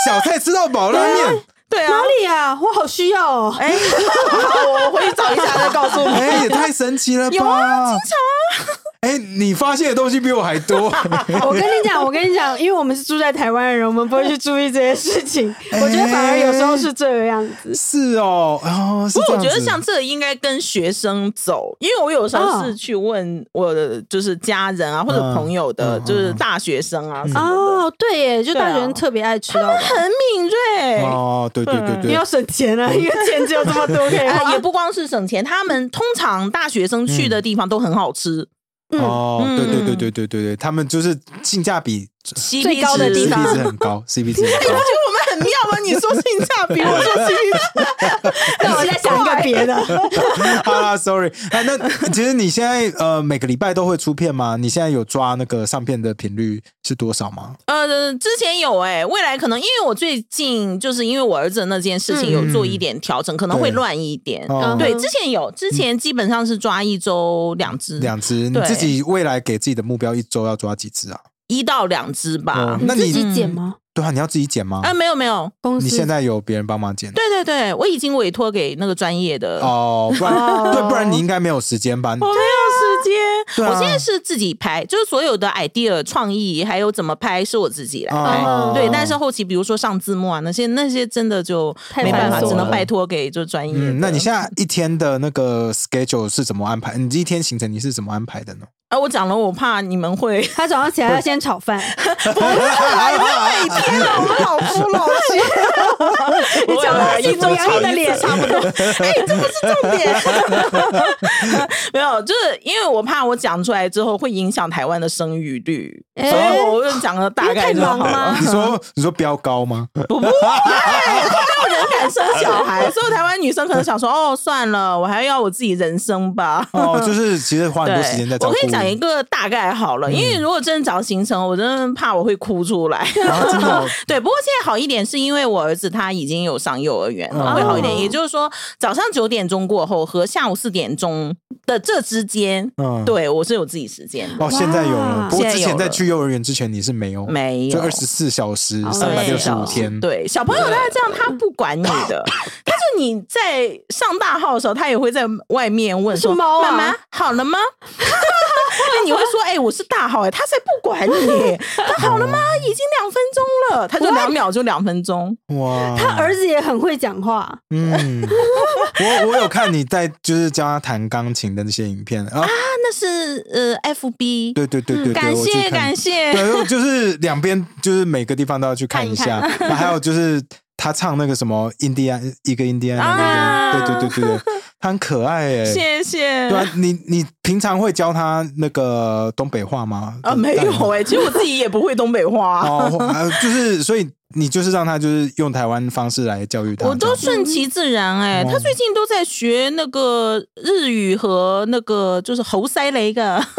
[SPEAKER 1] 小菜吃到饱，拉面。
[SPEAKER 3] 对啊
[SPEAKER 2] 哪，里啊？我好需要哦！
[SPEAKER 3] 哎、 好，我回去找一下再告诉你。
[SPEAKER 1] 哎，也太神奇了吧！
[SPEAKER 3] 有啊
[SPEAKER 1] 哎，你发现的东西比我还 多。
[SPEAKER 2] 哦我跟你讲，我跟你讲，因为我们是住在台湾的人，我们不会去注意这些事情。
[SPEAKER 1] 哎
[SPEAKER 2] 我觉得反而有时候是这个样子。
[SPEAKER 1] 是哦，哦，是
[SPEAKER 3] 不
[SPEAKER 1] 这
[SPEAKER 3] 过我
[SPEAKER 1] 样
[SPEAKER 3] 觉得
[SPEAKER 1] 子
[SPEAKER 3] 像这应该跟学生走，因为我有时候是去问我的就是家人啊、或者朋友的，
[SPEAKER 1] 嗯嗯
[SPEAKER 3] 就是大学生啊什么的，
[SPEAKER 2] 哦，对耶，就
[SPEAKER 3] 对啊
[SPEAKER 2] 大学生特别爱吃到饱，
[SPEAKER 3] 很敏锐。
[SPEAKER 1] 哦，对对 对
[SPEAKER 3] 哎嗯
[SPEAKER 2] 你
[SPEAKER 1] 对
[SPEAKER 2] 要，省钱啊，因为钱只有这么多可 以
[SPEAKER 3] 呃，
[SPEAKER 2] 花
[SPEAKER 3] 也。不光是省钱，他们通常大学生去的地方都很好吃，
[SPEAKER 1] 哦，
[SPEAKER 3] 嗯
[SPEAKER 1] 对对对
[SPEAKER 3] 嗯
[SPEAKER 1] 对对对对，他们就是性价比
[SPEAKER 3] 最
[SPEAKER 2] 最高的地
[SPEAKER 1] CP
[SPEAKER 2] 方
[SPEAKER 1] 值很高，CP 值很高。
[SPEAKER 3] 我们很妙吗？你说性价比，我说性
[SPEAKER 2] 那我再想一个别的，
[SPEAKER 1] 好啦，sorry，啊，那其实你现在呃每个礼拜都会出片吗？你现在有抓那个上片的频率是多少吗？
[SPEAKER 3] 呃，之前有哎、未来可能因为我最近就是因为我儿子的那件事情有做一点调整，可能会
[SPEAKER 1] 对
[SPEAKER 3] 乱一点。
[SPEAKER 1] 嗯哦，
[SPEAKER 3] 嗯对，之前有，之前基本上是抓一周两只，
[SPEAKER 1] 两只，你
[SPEAKER 3] 对
[SPEAKER 1] 自己未来给自己的目标一周要抓几只啊？
[SPEAKER 3] 一到两只吧
[SPEAKER 1] 哦。那
[SPEAKER 2] 自
[SPEAKER 1] 你
[SPEAKER 2] 己剪吗？
[SPEAKER 1] 对啊，你要自己剪吗
[SPEAKER 3] 啊，？没有没有，
[SPEAKER 2] 公司
[SPEAKER 1] 你现在有别人帮忙剪？
[SPEAKER 3] 对对对，我已经委托给那个专业的，
[SPEAKER 1] 哦，不然
[SPEAKER 2] 哦
[SPEAKER 1] 对，不然你应该没有时间吧？
[SPEAKER 3] 我没有时间。
[SPEAKER 1] 对啊
[SPEAKER 3] 我现在是自己拍，就是所有的 idea 创意还有怎么拍是我自己来拍。
[SPEAKER 1] 哦
[SPEAKER 3] 哎对，但是后期比如说上字幕啊那些那些真的就
[SPEAKER 2] 太
[SPEAKER 3] 没办法，
[SPEAKER 1] 繁琐
[SPEAKER 3] 只能
[SPEAKER 1] 了
[SPEAKER 3] 拜托给就专业的。
[SPEAKER 1] 嗯，那你现在一天的那个 schedule 是怎么安排？你这一天行程你是怎么安排的呢？
[SPEAKER 3] 啊，我讲了，我怕你们会
[SPEAKER 2] 他早上起来要先炒 饭，
[SPEAKER 3] 天
[SPEAKER 2] 啊
[SPEAKER 3] 哪，我们老夫老妻，
[SPEAKER 2] 你讲到
[SPEAKER 3] 一
[SPEAKER 2] 幸福
[SPEAKER 3] 周
[SPEAKER 2] 洋溢的
[SPEAKER 3] 一
[SPEAKER 2] 脸
[SPEAKER 3] 次差不多。哎，这不是重点，没有，就是因为我怕我讲出来之后会影响台湾的生育率，
[SPEAKER 2] 哎
[SPEAKER 3] 所以我就讲了大概就好
[SPEAKER 2] 因为太忙
[SPEAKER 3] 了
[SPEAKER 2] 啦。
[SPEAKER 1] 你说你说飙高吗？
[SPEAKER 3] 不不，我人敢生小 孩，所以台湾女生可能想说，哦，算了，我还要我自己人生吧。
[SPEAKER 1] 哦，就是其实花很
[SPEAKER 3] 对
[SPEAKER 1] 多时间在，照
[SPEAKER 3] 我
[SPEAKER 1] 顾。嗯
[SPEAKER 3] 可以讲一个大概好了，因为如果真的找行程，我真的怕我会哭出来。
[SPEAKER 1] 啊，真的哦，
[SPEAKER 3] 对，不过现在好一点，是因为我儿子他已经有上幼儿园了，
[SPEAKER 1] 哦
[SPEAKER 3] 会好一点。
[SPEAKER 2] 哦
[SPEAKER 3] 也就是说，早上九点钟过后和下午四点钟的这之间，
[SPEAKER 1] 嗯，。
[SPEAKER 3] 对我是有自己时间的，
[SPEAKER 1] 哦，现在有了，
[SPEAKER 2] 哇
[SPEAKER 1] 不过之
[SPEAKER 3] 现在有
[SPEAKER 1] 前在
[SPEAKER 3] 了
[SPEAKER 1] 去幼儿园之前你是没有，
[SPEAKER 3] 没有
[SPEAKER 1] 就二十四小时、
[SPEAKER 2] 哦
[SPEAKER 1] 三百六十五
[SPEAKER 2] 24
[SPEAKER 1] 天，
[SPEAKER 3] 对，小朋友他这样，他不管你 的，但是你在上大号的时候，他也会在外面问说：“
[SPEAKER 2] 是猫啊
[SPEAKER 3] 妈妈好了吗？” 那你会说：“哎、我是大号哎、他才不管你，他好了吗？已经两分钟了，他就两秒就两分钟。
[SPEAKER 1] 哇，
[SPEAKER 2] 他儿子也很会讲话，
[SPEAKER 1] 嗯，我我有看你在就是教他弹钢琴的那些影片啊，
[SPEAKER 3] 啊，那是呃，FB，
[SPEAKER 1] 对对对对对，
[SPEAKER 3] 感
[SPEAKER 1] 我去
[SPEAKER 3] 谢
[SPEAKER 1] 看
[SPEAKER 3] 感谢。
[SPEAKER 1] 对，就是两边就是每个地方都要去看一下，那还有就是他唱那个什么印第安一个印第安人
[SPEAKER 3] 啊
[SPEAKER 1] 那个，对对对 对对，他很可爱哎、
[SPEAKER 3] 谢谢。
[SPEAKER 1] 对啊，你你平常会教他那个东北话吗？
[SPEAKER 3] 啊，没有啊哎、其实我自己也不会东北话、
[SPEAKER 1] 哦，或呃就是所以你就是让他就是用台湾方式来教育他，
[SPEAKER 3] 我都
[SPEAKER 1] 这样
[SPEAKER 3] 顺其自然哎、
[SPEAKER 1] 嗯
[SPEAKER 3] 他最近都在学那个日语和那个就是猴塞雷个，
[SPEAKER 1] 哦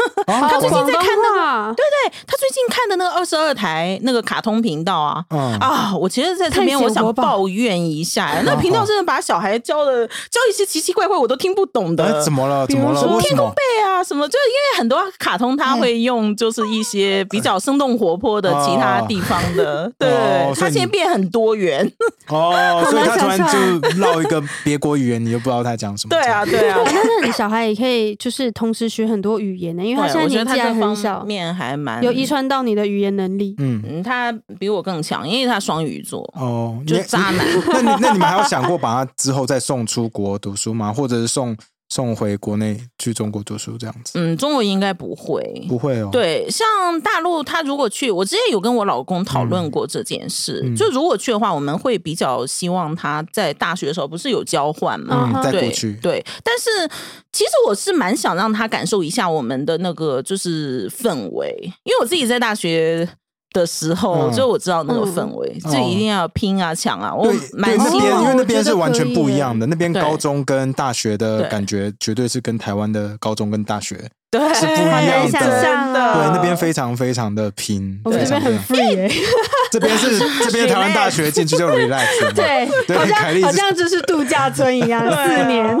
[SPEAKER 2] 他
[SPEAKER 1] 我
[SPEAKER 2] 在看那个，
[SPEAKER 3] 对他最近看的那个二十二台那个卡通频道啊。
[SPEAKER 1] 嗯
[SPEAKER 3] 啊！我其实在这
[SPEAKER 2] 探
[SPEAKER 3] 边，
[SPEAKER 2] 险
[SPEAKER 3] 我想
[SPEAKER 2] 活宝
[SPEAKER 3] 抱怨一下， 哎那个频道真的把小孩教的教一些奇奇怪怪，我都听不 懂
[SPEAKER 1] 哎
[SPEAKER 3] 的。
[SPEAKER 1] 怎么了？
[SPEAKER 2] 比
[SPEAKER 1] 怎
[SPEAKER 2] 如
[SPEAKER 1] 么了？
[SPEAKER 2] 说
[SPEAKER 1] 为什么？
[SPEAKER 3] 对啊，什么就是因为很多卡通他会用，就是一些比较生动活泼的其他地方 的，对
[SPEAKER 1] 哦，所
[SPEAKER 3] 他
[SPEAKER 1] 以你
[SPEAKER 3] 现在变很 多元。
[SPEAKER 1] 哦，所以他突然
[SPEAKER 2] 好难
[SPEAKER 1] 就唠一个别国语言，你就不知道他讲什么。
[SPEAKER 3] 对啊，对啊
[SPEAKER 2] 哎，但是你小孩也可以就是同时学很多语言呢，因为他现
[SPEAKER 3] 对
[SPEAKER 2] 在
[SPEAKER 3] 我觉得
[SPEAKER 2] 年
[SPEAKER 3] 他
[SPEAKER 2] 纪还
[SPEAKER 3] 这
[SPEAKER 2] 很小
[SPEAKER 3] 方，面还蛮
[SPEAKER 2] 有遗。传到你的语言能力。
[SPEAKER 1] 嗯，
[SPEAKER 3] 嗯，他比我更强，因为他双鱼座。
[SPEAKER 1] 哦，
[SPEAKER 3] 就
[SPEAKER 1] 你
[SPEAKER 3] 渣男
[SPEAKER 1] 你那你那你们还有想过把他之后再送出国读书吗？或者是送送回国内去中国读书这样子？
[SPEAKER 3] 嗯，中国应该不会。
[SPEAKER 1] 不会哦，，
[SPEAKER 3] 嗯对，像大陆，他如果去，我之前有跟我老公讨论过这件事。
[SPEAKER 1] 嗯
[SPEAKER 3] 就如果去的话，我们会比较希望他在大学的时候不是有交换吗？
[SPEAKER 1] 嗯
[SPEAKER 2] 嗯，哼
[SPEAKER 1] 再过
[SPEAKER 3] 对
[SPEAKER 1] 去，
[SPEAKER 3] 对，但是其实我是蛮想让他感受一下我们的那个就是氛围，因为我自己在大学的时候，
[SPEAKER 1] 嗯
[SPEAKER 3] 就我知道那个氛围，就一定要拼啊抢啊，我蛮
[SPEAKER 1] 对那
[SPEAKER 3] 希
[SPEAKER 1] 边，
[SPEAKER 3] 望
[SPEAKER 1] 因为
[SPEAKER 2] 我
[SPEAKER 1] 那
[SPEAKER 2] 觉
[SPEAKER 1] 边
[SPEAKER 2] 得
[SPEAKER 1] 是完
[SPEAKER 2] 可
[SPEAKER 1] 全
[SPEAKER 2] 以
[SPEAKER 1] 不一
[SPEAKER 2] 耶
[SPEAKER 1] 样的，那边
[SPEAKER 3] 对
[SPEAKER 1] 高中跟大学的
[SPEAKER 3] 对
[SPEAKER 1] 感觉绝对是跟台湾的高中跟大学，对，
[SPEAKER 3] 对
[SPEAKER 1] 是不一样的
[SPEAKER 2] 很难想象
[SPEAKER 3] 呃
[SPEAKER 2] 啊对
[SPEAKER 1] 那边非常非常的拼，
[SPEAKER 2] 我们
[SPEAKER 1] 非
[SPEAKER 2] 这边
[SPEAKER 1] 常非
[SPEAKER 2] 很
[SPEAKER 1] 常
[SPEAKER 2] free，耶
[SPEAKER 1] 这边是这边台湾大学进去就 relax，了嘛，对
[SPEAKER 2] 对，好
[SPEAKER 1] 凯莉
[SPEAKER 2] 像
[SPEAKER 1] 是
[SPEAKER 2] 好像就是度假村一 样，
[SPEAKER 3] 啊
[SPEAKER 2] 四年。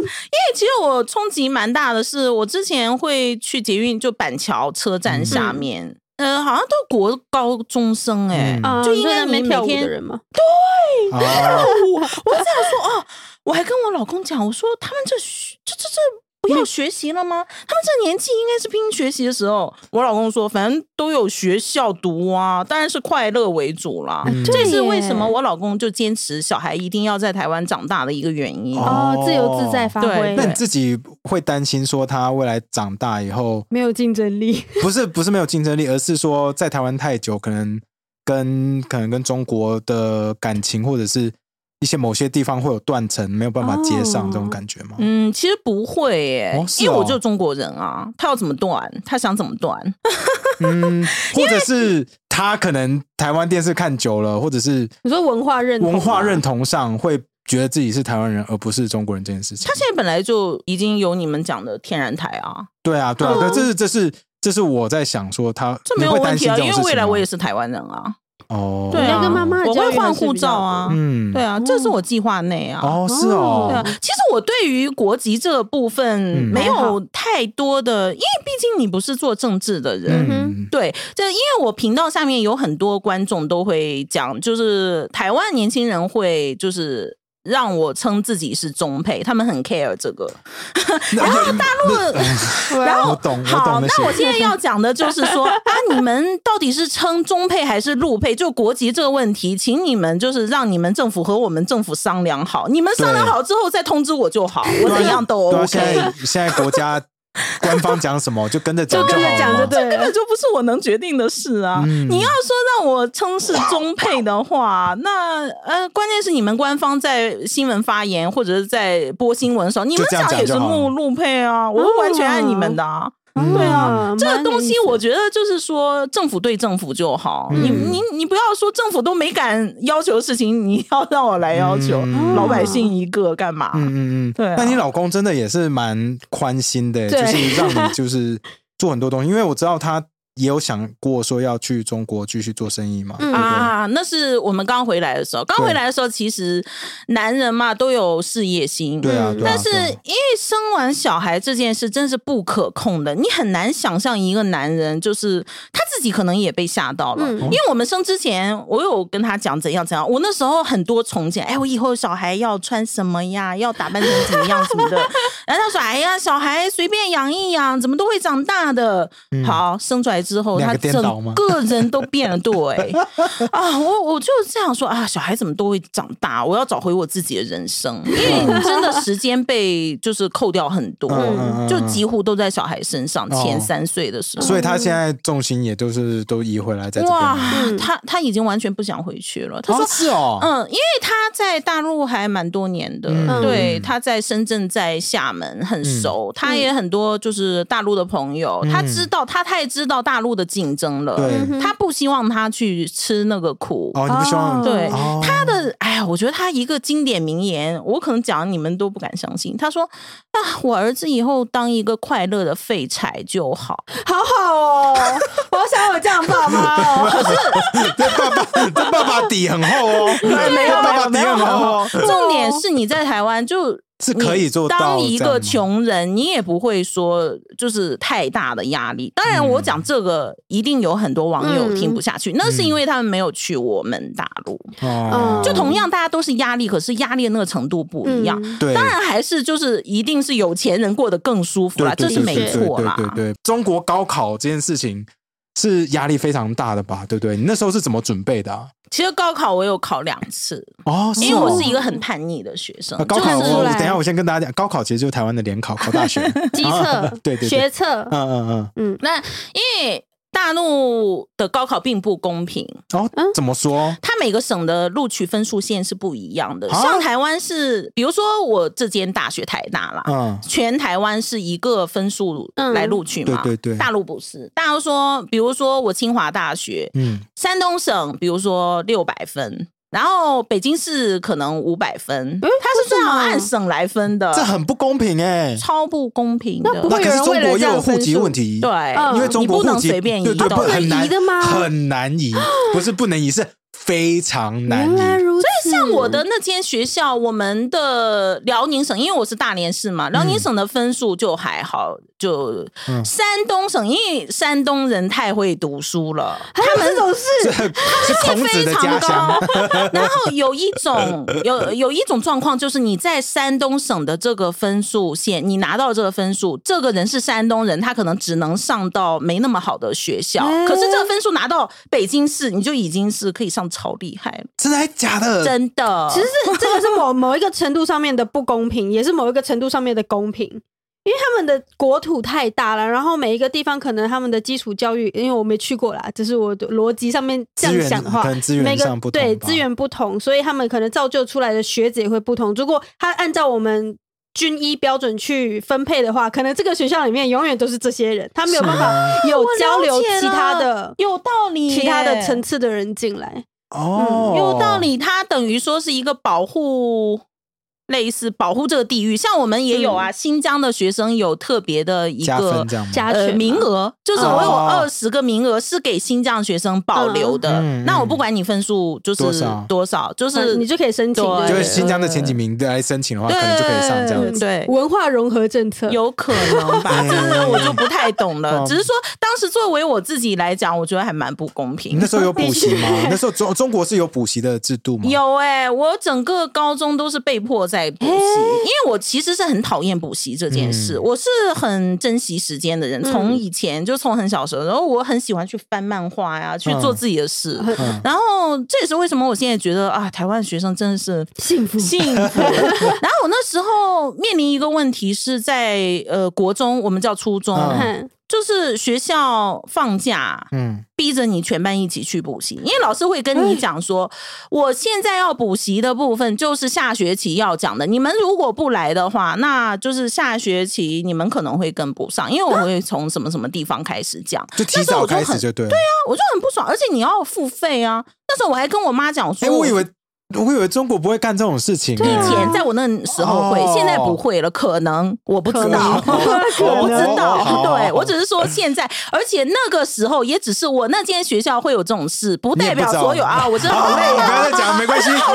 [SPEAKER 3] 其实我冲击蛮大的是，我之前会去捷运就板桥车站下面，呃，好像都国高中生哎、
[SPEAKER 1] 嗯
[SPEAKER 2] 啊
[SPEAKER 3] 就应
[SPEAKER 2] 那
[SPEAKER 3] 该
[SPEAKER 2] 你
[SPEAKER 3] 每
[SPEAKER 2] 跳舞
[SPEAKER 3] 天
[SPEAKER 2] 的人嘛，
[SPEAKER 1] 啊，
[SPEAKER 3] 我我这样说哦，我还跟我老公讲，我说他们这学这这这不要学习了吗？他们这年纪应该是拼学习的时候。我老公说，反正都有学校读啊，当然是快乐为主啦。
[SPEAKER 1] 嗯
[SPEAKER 3] 这也是为
[SPEAKER 2] 耶
[SPEAKER 3] 什么我老公就坚持小孩一定要在台湾长大的一个原因。
[SPEAKER 1] 哦
[SPEAKER 2] 哦，自由自在发
[SPEAKER 3] 对
[SPEAKER 2] 挥
[SPEAKER 1] 那，你自己会担心说他未来长大以后
[SPEAKER 2] 没有竞争力。
[SPEAKER 1] 不是不是没有竞争力，而是说在台湾太久，可能跟可能跟中国的感情或者是一些某些地方会有断层，没有办法接上
[SPEAKER 2] 哦
[SPEAKER 1] 这种感觉吗？
[SPEAKER 3] 嗯，其实不会耶、
[SPEAKER 1] 哦是
[SPEAKER 3] 因为我
[SPEAKER 1] 哦
[SPEAKER 3] 就是中国人啊，他要怎么断，他想怎么断。
[SPEAKER 1] 嗯，或者是他可能台湾电视看久了，或者是
[SPEAKER 2] 你说文化认同
[SPEAKER 1] 文化
[SPEAKER 2] 吗
[SPEAKER 1] 认同上会觉得自己是台湾人而不是中国人这件事情
[SPEAKER 3] 他。现在本来就已经有你们讲的天然台啊，
[SPEAKER 1] 对啊，对啊，对，这是这是这是我在想说他
[SPEAKER 3] 这没有
[SPEAKER 1] 你会
[SPEAKER 3] 问
[SPEAKER 1] 担
[SPEAKER 3] 题
[SPEAKER 1] 心
[SPEAKER 3] 啊，
[SPEAKER 1] 这
[SPEAKER 3] 因
[SPEAKER 1] 种事
[SPEAKER 3] 为
[SPEAKER 1] 情
[SPEAKER 3] 未来
[SPEAKER 1] 吗
[SPEAKER 3] 我也是台湾人啊。
[SPEAKER 1] 哦，
[SPEAKER 3] 对啊
[SPEAKER 2] 要跟妈妈的
[SPEAKER 3] 我
[SPEAKER 2] 教育
[SPEAKER 3] 会换
[SPEAKER 2] 还是
[SPEAKER 3] 护
[SPEAKER 2] 比较
[SPEAKER 3] 照啊
[SPEAKER 2] 多
[SPEAKER 1] 嗯，
[SPEAKER 3] 对啊，这是我计划内啊。
[SPEAKER 1] 哦，是哦，
[SPEAKER 2] 哦
[SPEAKER 3] 对啊，其实我对于国籍这个部分
[SPEAKER 1] 嗯
[SPEAKER 3] 没
[SPEAKER 2] 还好
[SPEAKER 3] 有太多的，因为毕竟你不是做政治的人。
[SPEAKER 1] 嗯，
[SPEAKER 3] 对，啊这因为我频道下面有很多观众都会讲，就是台湾年轻人会就是让我称自己是中配，他们很 care 这个。
[SPEAKER 1] 然后大
[SPEAKER 3] 啊 陆
[SPEAKER 2] 对
[SPEAKER 3] 然
[SPEAKER 2] 啊
[SPEAKER 3] 后
[SPEAKER 1] 我懂我
[SPEAKER 3] 好，
[SPEAKER 1] 懂那
[SPEAKER 3] 那我
[SPEAKER 1] 些
[SPEAKER 3] 现在要讲的就是 说啊，你们到底是称中配还是陆配？就国籍这个问题，请你们就是让你们政府和我们政府商量好，你们商量
[SPEAKER 1] 对
[SPEAKER 3] 好之后再通知我就好，我
[SPEAKER 1] 对啊
[SPEAKER 3] 怎样都
[SPEAKER 1] 对啊，
[SPEAKER 3] OK
[SPEAKER 1] 现。 在现在国家官方讲什么就跟着讲
[SPEAKER 2] 就跟
[SPEAKER 1] 好
[SPEAKER 2] 着
[SPEAKER 1] 了
[SPEAKER 2] 讲
[SPEAKER 1] 嘛
[SPEAKER 2] 就对
[SPEAKER 3] 根本
[SPEAKER 2] 了。
[SPEAKER 3] 就不是我能决定的事啊！
[SPEAKER 1] 嗯
[SPEAKER 3] 你要说让我称是中配的话，那呃，关键是你们官方在新闻发言或者是在播新闻的时候，你们
[SPEAKER 1] 就这样
[SPEAKER 3] 也
[SPEAKER 1] 讲
[SPEAKER 3] 是
[SPEAKER 1] 就好了
[SPEAKER 3] 目录配啊，我会完全按你们的啊。
[SPEAKER 1] 嗯
[SPEAKER 3] 对啊
[SPEAKER 2] 嗯，
[SPEAKER 3] 这个东西
[SPEAKER 2] 蛮有意思
[SPEAKER 3] 我觉得就是说，政府对政府就好。
[SPEAKER 1] 嗯
[SPEAKER 3] 你你你不要说政府都没敢要求的事情，你要让我来要求、
[SPEAKER 1] 嗯
[SPEAKER 3] 老百姓一个干嘛？
[SPEAKER 1] 嗯嗯嗯，
[SPEAKER 3] 对啊
[SPEAKER 1] 那你老公真的也是蛮宽心的，就
[SPEAKER 3] 对
[SPEAKER 1] 是让你就是做很多东西，因为我知道他也有想过说要去中国继续做生意嘛。对
[SPEAKER 2] 嗯
[SPEAKER 1] 不对，
[SPEAKER 3] 啊，那是我们刚回来的时候，刚回来的时候，其实男人嘛都有事业心，
[SPEAKER 1] 对啊，
[SPEAKER 2] 嗯
[SPEAKER 1] 对啊
[SPEAKER 3] 但是
[SPEAKER 1] 对啊
[SPEAKER 3] 因为生完小孩这件事真是不可控的，你很难想象一个男人就是他自己可能也被吓到了，
[SPEAKER 2] 嗯
[SPEAKER 1] 哦
[SPEAKER 3] 因为我们生之前我有跟他讲怎样怎样，我那时候很多重建，哎，我以后小孩要穿什么呀，要打扮成怎么样 什么的，然后他说，哎呀，小孩随便养一养，怎么都会长大的。好，生出来之后，
[SPEAKER 1] 嗯两
[SPEAKER 3] 他
[SPEAKER 1] 个颠
[SPEAKER 3] 整
[SPEAKER 1] 倒吗
[SPEAKER 3] 个人都 变了，对啊，我我就这样说啊，小孩怎么都会长大，我要找回我自己的人生，因为你真的时间被就是扣掉很多，
[SPEAKER 1] 嗯嗯嗯
[SPEAKER 3] 就几乎都在小孩身上。
[SPEAKER 1] 哦
[SPEAKER 3] 前三岁的时候，
[SPEAKER 1] 所以他现在重心也都是都移回来在这边
[SPEAKER 3] 哇
[SPEAKER 1] 嘛。，
[SPEAKER 2] 嗯
[SPEAKER 3] 他他已经完全不想回去了。他说
[SPEAKER 1] 哦，是哦，
[SPEAKER 3] 嗯，因为他在大陆还蛮多年的，
[SPEAKER 1] 嗯
[SPEAKER 3] 对，
[SPEAKER 1] 嗯
[SPEAKER 3] 他在深圳、在厦门很熟，他也很多就是大陆的朋友，他
[SPEAKER 1] 嗯
[SPEAKER 3] 知道，他太知道大陆的竞争了，
[SPEAKER 1] 对
[SPEAKER 2] 嗯哼
[SPEAKER 3] 他不希望他去吃那个苦。
[SPEAKER 1] 哦，你不希望
[SPEAKER 2] 哦
[SPEAKER 3] 对、
[SPEAKER 1] 哦
[SPEAKER 3] 他的，哎呀，我觉得他一个经典名言，我可能讲你们都不敢相信。他说：“啊，我儿子以后当一个快乐的废柴就 好。”
[SPEAKER 2] 好好哦，我好想有这样的爸妈 哦。
[SPEAKER 1] 这爸爸这爸爸底很厚哦，
[SPEAKER 3] 没有
[SPEAKER 1] 爸爸底
[SPEAKER 3] 没有
[SPEAKER 1] 很
[SPEAKER 3] 没有
[SPEAKER 1] 厚哦，
[SPEAKER 3] 重点是你在台湾就是
[SPEAKER 1] 可以做到
[SPEAKER 3] 当一
[SPEAKER 1] 这样吗
[SPEAKER 3] 个穷人，你也不会说就是太大的压力。当然，我讲这个一定有很多网友
[SPEAKER 2] 嗯
[SPEAKER 3] 听不下去，那是因为他们没有去我们大陆。
[SPEAKER 1] 哦，
[SPEAKER 3] 嗯就同样，大家都是压力，可是压力的那个程度不一样。
[SPEAKER 2] 嗯
[SPEAKER 1] 对，
[SPEAKER 3] 当然，还是就是一定是有钱人过得更舒服
[SPEAKER 1] 对
[SPEAKER 3] 啦，
[SPEAKER 1] 对
[SPEAKER 3] 这是
[SPEAKER 1] 对
[SPEAKER 3] 没
[SPEAKER 1] 对
[SPEAKER 3] 错
[SPEAKER 1] 对
[SPEAKER 3] 啦。
[SPEAKER 1] 对对对，中国高考这件事情是压力非常大的吧？对不对？你那时候是怎么准备的啊？
[SPEAKER 3] 其实高考我有考两次，
[SPEAKER 1] 哦，
[SPEAKER 3] 因为
[SPEAKER 1] 哦
[SPEAKER 3] 我是一个很叛逆的学生
[SPEAKER 1] 呃。高考，
[SPEAKER 3] 就是
[SPEAKER 1] 我
[SPEAKER 2] 来
[SPEAKER 1] 等一下我先跟大家讲，高考其实就是台湾的联考，考 大学，
[SPEAKER 2] 机
[SPEAKER 1] 啊，
[SPEAKER 2] 测
[SPEAKER 1] 对对对
[SPEAKER 2] 学测，
[SPEAKER 1] 嗯嗯
[SPEAKER 2] 嗯，
[SPEAKER 3] 那因为大陆的高考并不公平，
[SPEAKER 1] 嗯，哦，怎么说？
[SPEAKER 3] 它每个省的录取分数线是不一样的。
[SPEAKER 1] 啊
[SPEAKER 3] 像台湾是，比如说我这间大学台大啦，
[SPEAKER 1] 嗯，
[SPEAKER 3] 全台湾是一个分数来录取嘛？
[SPEAKER 1] 嗯对对对
[SPEAKER 3] 大陆不是，大陆说，比如说我清华大学，
[SPEAKER 1] 嗯，
[SPEAKER 3] 山东省，比如说六百分。然后北京市可能五百分，它是这
[SPEAKER 2] 嗯为什
[SPEAKER 3] 样
[SPEAKER 2] 么啊
[SPEAKER 3] 按省来分的，
[SPEAKER 1] 这很不公平哎。
[SPEAKER 3] 超不公平
[SPEAKER 2] 那
[SPEAKER 3] 的
[SPEAKER 2] 不。
[SPEAKER 1] 那
[SPEAKER 2] 会
[SPEAKER 1] 可
[SPEAKER 2] 有
[SPEAKER 1] 是
[SPEAKER 2] 人
[SPEAKER 1] 中
[SPEAKER 2] 为了
[SPEAKER 1] 国
[SPEAKER 2] 这
[SPEAKER 1] 又
[SPEAKER 2] 样
[SPEAKER 1] 有户
[SPEAKER 2] 分
[SPEAKER 1] 籍
[SPEAKER 2] 数
[SPEAKER 1] 问题，
[SPEAKER 3] 对，
[SPEAKER 1] 因为中国
[SPEAKER 3] 你不
[SPEAKER 1] 户
[SPEAKER 3] 能
[SPEAKER 1] 籍
[SPEAKER 3] 随便移
[SPEAKER 1] 对对
[SPEAKER 3] 动
[SPEAKER 1] 不，很
[SPEAKER 2] 移
[SPEAKER 1] 难
[SPEAKER 2] 的吗
[SPEAKER 1] 很难移，不是不能移，是非常难
[SPEAKER 2] 原来
[SPEAKER 1] 移。
[SPEAKER 2] 如此。
[SPEAKER 3] 像我
[SPEAKER 1] 嗯
[SPEAKER 3] 的那间学校，我们的辽宁省，因为我是大连市嘛，辽宁省的分数就还好，就
[SPEAKER 1] 嗯
[SPEAKER 3] 山东省，因为山东人太会读书了，
[SPEAKER 2] 还有这种
[SPEAKER 1] 这
[SPEAKER 2] 事，
[SPEAKER 1] 是孔子
[SPEAKER 3] 非
[SPEAKER 1] 的
[SPEAKER 3] 常
[SPEAKER 1] 家
[SPEAKER 3] 高
[SPEAKER 1] 乡，。
[SPEAKER 3] 然后有一种有有一种状况，就是你在山东省的这个分数线，你拿到这个分数，这个人是山东人，他可能只能上到没那么好的学校，
[SPEAKER 2] 哎
[SPEAKER 1] 嗯
[SPEAKER 3] 可是这个分数拿到北京市，你就已经是可以上超厉害了，
[SPEAKER 1] 真的还假的？
[SPEAKER 3] 真的。
[SPEAKER 2] 其实是这个是某某一个程度上面的不公平，也是某一个程度上面的公平，因为他们的国土太大了，然后每一个地方可能他们的基础教育，因为我没去过啦，只是我的逻辑上面这
[SPEAKER 1] 资
[SPEAKER 2] 样
[SPEAKER 1] 源
[SPEAKER 2] 想的话
[SPEAKER 1] 可能资源，
[SPEAKER 2] 每个
[SPEAKER 1] 上不同吧
[SPEAKER 2] 对资源不同，所以他们可能造就出来的学子也会不同。如果他按照我们。军医标准去分配的话，可能这个学校里面永远都是这些人，他没有办法有交流其他的
[SPEAKER 3] 有道理耶，
[SPEAKER 2] 其他的层次的人进来。
[SPEAKER 1] 哦，
[SPEAKER 3] 有道。理，它等于说是一个保护。类似保护这个地域，像我们也有
[SPEAKER 2] 嗯
[SPEAKER 3] 啊，新疆的学生有特别的一
[SPEAKER 1] 加
[SPEAKER 3] 个
[SPEAKER 1] 分这样吗？
[SPEAKER 2] 加
[SPEAKER 3] 呃
[SPEAKER 2] 权啊嘛
[SPEAKER 3] 名额，就是我有
[SPEAKER 1] 哦
[SPEAKER 3] 二十个名额是给新疆学生保留的。
[SPEAKER 1] 嗯嗯
[SPEAKER 3] 那我不管你分数就是
[SPEAKER 1] 多少
[SPEAKER 3] 多少，就是、
[SPEAKER 2] 嗯你就可以申请了，
[SPEAKER 3] 对嗯
[SPEAKER 1] 就是新疆的前几名来申请的话，可能就可以上这样子。
[SPEAKER 3] 对。
[SPEAKER 2] 文化融合政策。
[SPEAKER 3] 有可 能吧，
[SPEAKER 1] 哎
[SPEAKER 3] 这个我就不太 懂了。
[SPEAKER 1] 嗯
[SPEAKER 3] 只是说，当时作为我自己来讲，我觉得还蛮不公
[SPEAKER 1] 你
[SPEAKER 3] 平
[SPEAKER 1] 那。时候有补习吗
[SPEAKER 2] 必须？
[SPEAKER 1] 那时候中中国是有补习的制度吗？
[SPEAKER 3] 有哎、我整个高中都是被迫在补习，因为我其实是很讨厌补习这件事，
[SPEAKER 1] 嗯
[SPEAKER 3] 我是很珍惜时间的人。从
[SPEAKER 2] 嗯
[SPEAKER 3] 以前就从很小时候，然后我很喜欢去翻漫画呀，去做
[SPEAKER 1] 嗯
[SPEAKER 3] 自己的事。
[SPEAKER 1] 嗯，
[SPEAKER 3] 然后这也是为什么我现在觉得啊，台湾学生真的是
[SPEAKER 2] 幸福
[SPEAKER 3] 幸 福。然后我那时候面临一个问题是在呃国中，我们叫初中，
[SPEAKER 1] 嗯
[SPEAKER 2] 嗯
[SPEAKER 3] 就是学校放假，
[SPEAKER 1] 嗯，
[SPEAKER 3] 逼着你全班一起去补习，因为老师会跟你讲说，我现在要补习的部分就是下学期要讲的，你们如果不来的话，那就是下学期你们可能会跟不上，因为我会从什么什么地方开始讲，
[SPEAKER 1] 就提
[SPEAKER 3] 那时候
[SPEAKER 1] 早
[SPEAKER 3] 我就
[SPEAKER 1] 开始
[SPEAKER 3] 很
[SPEAKER 1] 就对了。对啊，
[SPEAKER 3] 我就很不爽，而且你要付费啊，那时候我还跟我妈讲说，
[SPEAKER 1] 哎，我以为我以为中国不会干这种事情欸，
[SPEAKER 2] 对
[SPEAKER 3] 以
[SPEAKER 2] 啊
[SPEAKER 3] 前在我那时候会，
[SPEAKER 1] 哦
[SPEAKER 3] 现在不会了，可能我不知
[SPEAKER 2] 可
[SPEAKER 3] 道
[SPEAKER 2] 能，
[SPEAKER 3] 我不知
[SPEAKER 1] 哦好
[SPEAKER 3] 道。对
[SPEAKER 1] 好
[SPEAKER 3] 我只是说现在，而且那个时候也只是我那间学校会有这种事，不代表所有啊。我真的
[SPEAKER 1] 好，
[SPEAKER 3] 好
[SPEAKER 1] 我
[SPEAKER 3] 累
[SPEAKER 1] 不
[SPEAKER 3] 啊
[SPEAKER 1] 要再讲，没关系。好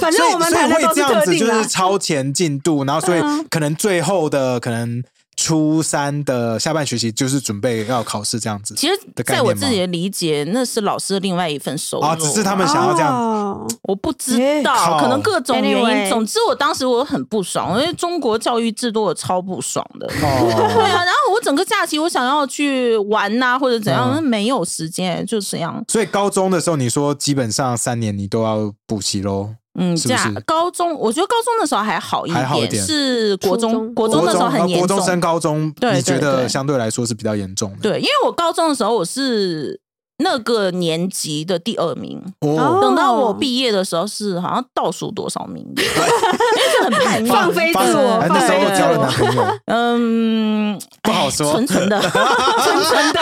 [SPEAKER 2] 反
[SPEAKER 1] 所
[SPEAKER 2] 正
[SPEAKER 1] 以
[SPEAKER 2] 我们
[SPEAKER 1] 所以
[SPEAKER 2] 谈的嗯
[SPEAKER 1] 会这
[SPEAKER 2] 都是
[SPEAKER 1] 样
[SPEAKER 2] 特
[SPEAKER 1] 子，
[SPEAKER 2] 定
[SPEAKER 1] 就
[SPEAKER 2] 啦
[SPEAKER 1] 是。超前进度，然后所以可能最后的可能初三的下半学期就是准备要考试这样子。
[SPEAKER 3] 其实
[SPEAKER 1] 的，概
[SPEAKER 3] 在
[SPEAKER 1] 念
[SPEAKER 3] 我
[SPEAKER 1] 吗
[SPEAKER 3] 自己的理解，那是老师另外一份收入
[SPEAKER 1] 啊，只是他们想要这样，
[SPEAKER 2] 哦
[SPEAKER 3] 我不知
[SPEAKER 2] 耶
[SPEAKER 3] 道，
[SPEAKER 1] 靠
[SPEAKER 3] 可能各种原因。
[SPEAKER 2] Anyway
[SPEAKER 3] 总之，我当时我很不爽，因为中国教育制度我超不爽的。对
[SPEAKER 1] 哦，
[SPEAKER 3] 啊，然后我整个假期我想要去玩呐、或者怎样，
[SPEAKER 1] 嗯
[SPEAKER 3] 那没有时间，就这样。
[SPEAKER 1] 所以高中的时候，你说基本上三年你都要补习喽。
[SPEAKER 3] 嗯，
[SPEAKER 1] 是
[SPEAKER 3] 这
[SPEAKER 1] 不是
[SPEAKER 3] 样高中，我觉得高中的时候还好一
[SPEAKER 1] 还好一
[SPEAKER 3] 点，
[SPEAKER 1] 点
[SPEAKER 3] 是国
[SPEAKER 2] 初
[SPEAKER 3] 中，
[SPEAKER 2] 中
[SPEAKER 3] 国中的时候很
[SPEAKER 1] 啊
[SPEAKER 3] 严
[SPEAKER 1] 国
[SPEAKER 3] 重
[SPEAKER 1] 中。升高中，
[SPEAKER 3] 对
[SPEAKER 1] 你觉
[SPEAKER 3] 对
[SPEAKER 1] 得
[SPEAKER 3] 对
[SPEAKER 1] 相对来说是比较严重的？
[SPEAKER 3] 对，因为我高中的时候我是那个年级的第二名，
[SPEAKER 1] 哦，
[SPEAKER 2] 哦
[SPEAKER 3] 等到我毕业的时候是好像倒数多 少名，因为是很叛逆，
[SPEAKER 2] 放飞自我
[SPEAKER 1] 哎
[SPEAKER 2] 放
[SPEAKER 1] 那时
[SPEAKER 2] 飞
[SPEAKER 1] 候
[SPEAKER 2] 自
[SPEAKER 1] 交了
[SPEAKER 2] 我
[SPEAKER 1] 男朋友，
[SPEAKER 3] 嗯，
[SPEAKER 1] 不好说
[SPEAKER 3] 纯纯 的，纯纯的。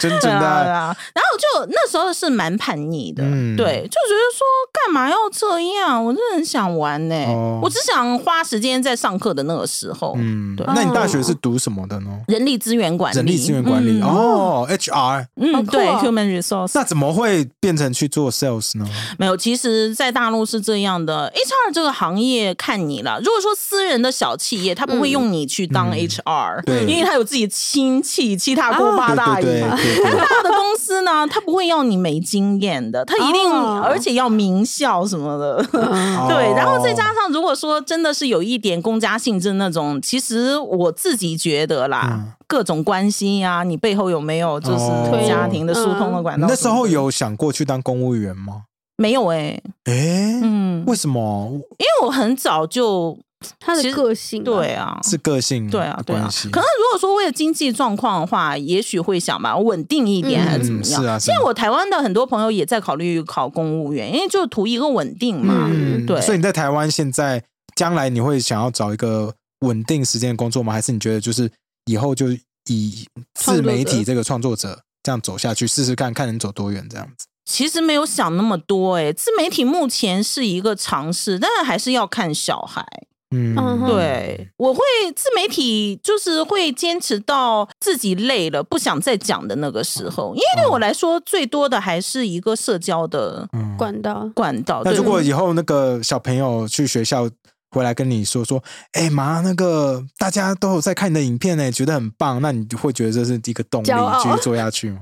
[SPEAKER 1] 真
[SPEAKER 3] 对
[SPEAKER 1] 正
[SPEAKER 3] 啊，对
[SPEAKER 1] 的
[SPEAKER 3] 啊，然后就那时候是蛮叛逆的，
[SPEAKER 1] 嗯
[SPEAKER 3] 对，就觉得说干嘛要这样？我真的很想玩呢、
[SPEAKER 1] 哦
[SPEAKER 3] 我只想花时间在上课的那个时候，
[SPEAKER 1] 嗯
[SPEAKER 3] 对，。
[SPEAKER 1] 那你
[SPEAKER 2] 哦
[SPEAKER 1] 大学是读什么的呢？
[SPEAKER 3] 人力资源管理，
[SPEAKER 1] 人力资源管理
[SPEAKER 3] 嗯
[SPEAKER 1] 哦，HR，
[SPEAKER 3] 嗯，
[SPEAKER 2] 好酷
[SPEAKER 3] 对
[SPEAKER 2] 哦
[SPEAKER 3] ，human resource
[SPEAKER 1] 那怎么会变成去做 sales 呢？
[SPEAKER 3] 没有。其实，在大陆是这样的，HR 这个行业看你了。如果说私人的小企业，他不会用你去当
[SPEAKER 1] 嗯
[SPEAKER 3] HR，、
[SPEAKER 1] 对啊
[SPEAKER 3] 因为他有自己亲戚七大姑八大姨。
[SPEAKER 1] 对对对 对对，
[SPEAKER 3] 大的公司呢，他不会要你没经验的，他一定、
[SPEAKER 2] 哦
[SPEAKER 3] 而且要名校什么的。
[SPEAKER 2] 嗯
[SPEAKER 3] 对，然后再加
[SPEAKER 1] 哦
[SPEAKER 3] 上，如果说真的是有一点公家性质那种，其实我自己觉得啦，
[SPEAKER 1] 嗯
[SPEAKER 3] 各种关系呀、你背后有没有就是
[SPEAKER 1] 哦
[SPEAKER 3] 家庭的疏通的管
[SPEAKER 1] 你
[SPEAKER 3] 道、
[SPEAKER 1] 那时候有想过去当公务员吗？
[SPEAKER 3] 没有、哎，
[SPEAKER 1] 诶，
[SPEAKER 3] 嗯，
[SPEAKER 1] 为什么？
[SPEAKER 3] 因为我很早就
[SPEAKER 2] 他
[SPEAKER 3] 其
[SPEAKER 2] 的
[SPEAKER 3] 实
[SPEAKER 2] 个性啊
[SPEAKER 3] 对啊。
[SPEAKER 1] 是个性
[SPEAKER 3] 对啊
[SPEAKER 1] 的，
[SPEAKER 3] 对啊
[SPEAKER 1] 关，系？
[SPEAKER 3] 可能如果说为了经济状况的话，也许会想吧，稳定一
[SPEAKER 2] 嗯
[SPEAKER 3] 点还是怎么
[SPEAKER 1] 嗯
[SPEAKER 3] 样？
[SPEAKER 1] 是啊是啊
[SPEAKER 3] 现在我台湾的很多朋友也在考虑考公务员，因为就图一个稳定嘛。
[SPEAKER 1] 嗯，
[SPEAKER 3] 对
[SPEAKER 1] 所以你在台湾现在将来你会想要找一个稳定时间的工作吗？还是你觉得就是以后就以自媒体这个创作者这样走下去，试试看看能走多远这样子？
[SPEAKER 3] 其实没有想那么多、哎，自媒体目前是一个尝试，但是还是要看小孩。
[SPEAKER 1] 嗯，
[SPEAKER 2] 嗯哼
[SPEAKER 3] 对，我会自媒体就是会坚持到自己累了，不想再讲的那个时候，因为对我来说，最多的还是一个社交的
[SPEAKER 1] 嗯。
[SPEAKER 2] 管道，
[SPEAKER 3] 管道。
[SPEAKER 1] 那
[SPEAKER 3] 对
[SPEAKER 1] 如
[SPEAKER 2] 嗯
[SPEAKER 1] 果以后那个小朋友去学校回来跟你说说，哎、妈，那个大家都有在看你的影片呢，觉得很棒，那你会觉得这是一个动力
[SPEAKER 2] 骄傲
[SPEAKER 1] 继续做下去 吗？